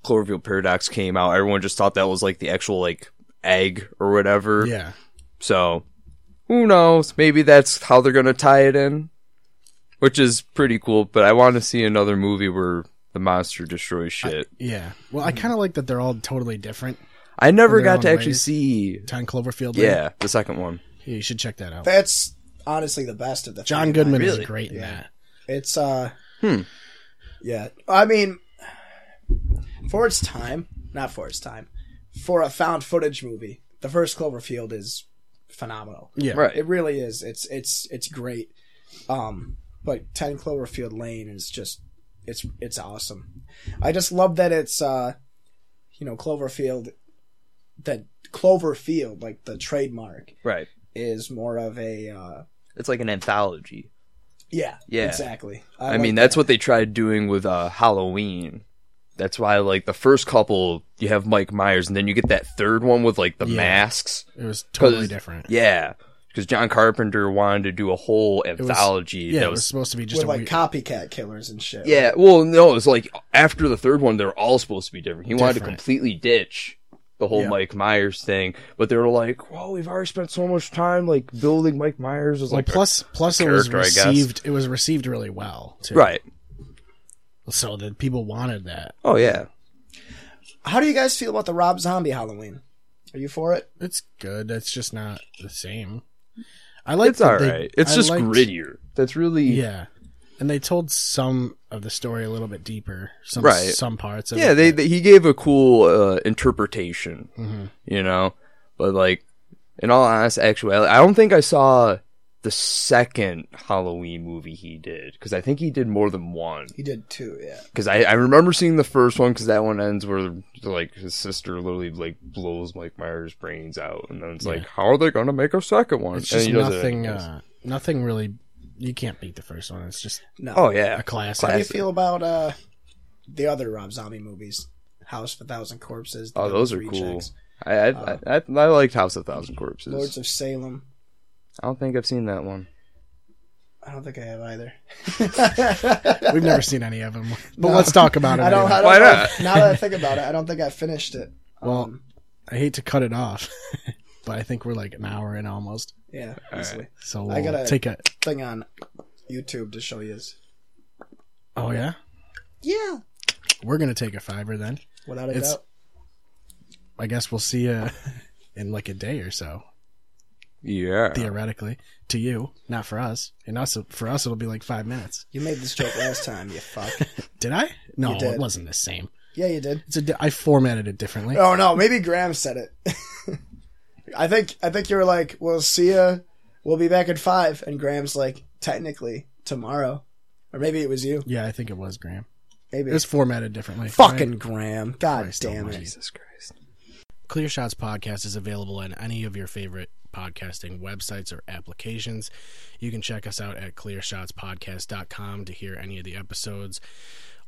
[SPEAKER 3] Cloverfield Paradox came out, everyone just thought that was like the actual like egg or whatever.
[SPEAKER 1] Yeah,
[SPEAKER 3] So who knows? Maybe that's how they're gonna tie it in, which is pretty cool. But I want to see another movie where the monster destroys shit.
[SPEAKER 1] yeah. Well, I kind of like that they're all totally different.
[SPEAKER 3] I, never
[SPEAKER 1] in their
[SPEAKER 3] got to
[SPEAKER 1] own
[SPEAKER 3] actually
[SPEAKER 1] ways.
[SPEAKER 3] see.
[SPEAKER 1] Ten Cloverfield. Lane.
[SPEAKER 3] Yeah, the second one.
[SPEAKER 1] Yeah, you should check that out.
[SPEAKER 2] That's honestly the best of the.
[SPEAKER 1] John
[SPEAKER 2] three.
[SPEAKER 1] Goodman
[SPEAKER 3] Really?
[SPEAKER 1] is great in
[SPEAKER 2] Yeah.
[SPEAKER 1] that.
[SPEAKER 2] It's uh.
[SPEAKER 3] Hmm.
[SPEAKER 2] Yeah, I mean, for its time, not for its time, for a found footage movie, the first Cloverfield is phenomenal.
[SPEAKER 1] Yeah,
[SPEAKER 3] Right.
[SPEAKER 2] It really is. It's it's it's great. Um, but Ten Cloverfield Lane is just it's it's awesome. I just love that it's uh, you know, Cloverfield, that Cloverfield like the trademark
[SPEAKER 3] Right.
[SPEAKER 2] is more of a uh,
[SPEAKER 3] It's like an anthology.
[SPEAKER 2] yeah
[SPEAKER 3] Yeah.
[SPEAKER 2] exactly.
[SPEAKER 3] I, mean, that's what they tried doing with uh, Halloween. That's why, like, the first couple, you have Mike Myers, and then you get that third one with, like, the
[SPEAKER 1] Yeah.
[SPEAKER 3] masks.
[SPEAKER 1] it was totally
[SPEAKER 3] 'Cause-
[SPEAKER 1] different.
[SPEAKER 3] Yeah. Because John Carpenter wanted to do a whole anthology
[SPEAKER 1] Yeah,
[SPEAKER 3] that
[SPEAKER 1] it was
[SPEAKER 3] was.
[SPEAKER 1] supposed to be just
[SPEAKER 2] with
[SPEAKER 1] a
[SPEAKER 2] like
[SPEAKER 1] weird,
[SPEAKER 2] copycat killers and shit.
[SPEAKER 3] Yeah, well, no, it's like after the third one, they're all supposed to be different. He wanted to
[SPEAKER 1] Different.
[SPEAKER 3] completely ditch the whole
[SPEAKER 1] Yeah.
[SPEAKER 3] Mike Myers thing. But they were like, "Well, we've already spent so much time like building Mike Myers." Is
[SPEAKER 1] Well,
[SPEAKER 3] like
[SPEAKER 1] plus, plus it was
[SPEAKER 3] character, I guess.
[SPEAKER 1] received. It was received really well, too.
[SPEAKER 3] right?
[SPEAKER 1] So that people wanted that.
[SPEAKER 3] Oh yeah,
[SPEAKER 2] How do you guys feel about the Rob Zombie Halloween? Are you for it?
[SPEAKER 1] It's good. It's just not the same. I like.
[SPEAKER 3] it's all right. It's just
[SPEAKER 1] gritty.
[SPEAKER 3] grittier. That's really
[SPEAKER 1] Yeah. And they told some of the story a little bit deeper. Some
[SPEAKER 3] Right.
[SPEAKER 1] some parts of
[SPEAKER 3] yeah.
[SPEAKER 1] it.
[SPEAKER 3] They, they he gave a cool uh, interpretation,
[SPEAKER 1] Mhm.
[SPEAKER 3] you know. But like, in all honest actuality, I don't think I saw the second Halloween movie he did because I think he did more than one.
[SPEAKER 2] He did too, yeah.
[SPEAKER 3] because I, I remember seeing the first one because that one ends where like his sister literally like blows Mike Myers' brains out, and then it's like, how are they gonna make a second one?
[SPEAKER 1] It's
[SPEAKER 3] And
[SPEAKER 1] just
[SPEAKER 3] he does it
[SPEAKER 1] nothing
[SPEAKER 3] anyways.
[SPEAKER 1] uh, nothing really you can't beat the first one. It's just
[SPEAKER 2] No.
[SPEAKER 3] oh yeah,
[SPEAKER 1] a classic.
[SPEAKER 2] How do you
[SPEAKER 3] classic.
[SPEAKER 2] feel about uh, the other Rob Zombie movies? House of a Thousand Corpses. The
[SPEAKER 3] oh those are
[SPEAKER 2] Rejects,
[SPEAKER 3] cool. I I,
[SPEAKER 1] uh,
[SPEAKER 3] I I I liked House of Thousand Corpses.
[SPEAKER 2] Lords of Salem.
[SPEAKER 3] I don't think I've seen that one.
[SPEAKER 2] I don't think I have
[SPEAKER 3] *laughs*
[SPEAKER 2] either.
[SPEAKER 1] We've never seen any of them. But let's talk about it.
[SPEAKER 2] *laughs* I don't. I
[SPEAKER 1] anyway.
[SPEAKER 2] don't
[SPEAKER 3] Why
[SPEAKER 2] know.
[SPEAKER 3] not?
[SPEAKER 2] now that I think about it, I don't think I finished
[SPEAKER 3] *laughs*
[SPEAKER 2] it.
[SPEAKER 1] Well-
[SPEAKER 2] um,
[SPEAKER 1] I hate to cut it off, *laughs* but I think we're like an hour in almost.
[SPEAKER 2] yeah,
[SPEAKER 3] right.
[SPEAKER 2] easily.
[SPEAKER 1] So
[SPEAKER 2] I
[SPEAKER 1] we'll
[SPEAKER 2] gotta-
[SPEAKER 1] take a
[SPEAKER 2] Thing on YouTube to show you.
[SPEAKER 1] Oh yeah.
[SPEAKER 2] Yeah,
[SPEAKER 1] We're going to take a fiver then.
[SPEAKER 2] without a
[SPEAKER 1] It's-
[SPEAKER 2] doubt.
[SPEAKER 1] I guess we'll see you *laughs* in like a day or so,
[SPEAKER 2] Uh-huh.
[SPEAKER 3] Yeah,
[SPEAKER 1] theoretically, to you, not for us. And us for us it'll be like 5 minutes.
[SPEAKER 2] You made this joke last time. You
[SPEAKER 3] *laughs*
[SPEAKER 2] fuck.
[SPEAKER 1] Did I? No,
[SPEAKER 2] You did.
[SPEAKER 1] it wasn't the same.
[SPEAKER 2] Yeah, you did.
[SPEAKER 1] It's a di- I formatted it differently.
[SPEAKER 2] Oh no, maybe Graham said it. *laughs* I think I think you were like, "We'll see ya. We'll be back at five. and Graham's like, "Technically tomorrow," or maybe it was you.
[SPEAKER 1] Yeah, I think it was Graham.
[SPEAKER 2] Maybe
[SPEAKER 1] It was formatted differently.
[SPEAKER 2] fucking
[SPEAKER 1] right?
[SPEAKER 2] Graham. God
[SPEAKER 1] Christ
[SPEAKER 2] damn
[SPEAKER 1] almighty.
[SPEAKER 2] it.
[SPEAKER 3] Jesus Christ.
[SPEAKER 1] Clear Shots podcast is available on any of your favorite podcasting websites or applications. You can check us out at clearshotspodcast.com to hear any of the episodes.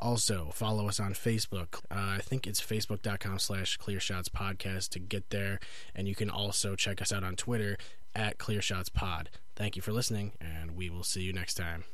[SPEAKER 1] Also, follow us on Facebook. Uh, I think it's facebook.com slash clearshotspodcast to get there. And you can also check us out on Twitter at clearshotspod. Thank you for listening, and we will see you next time.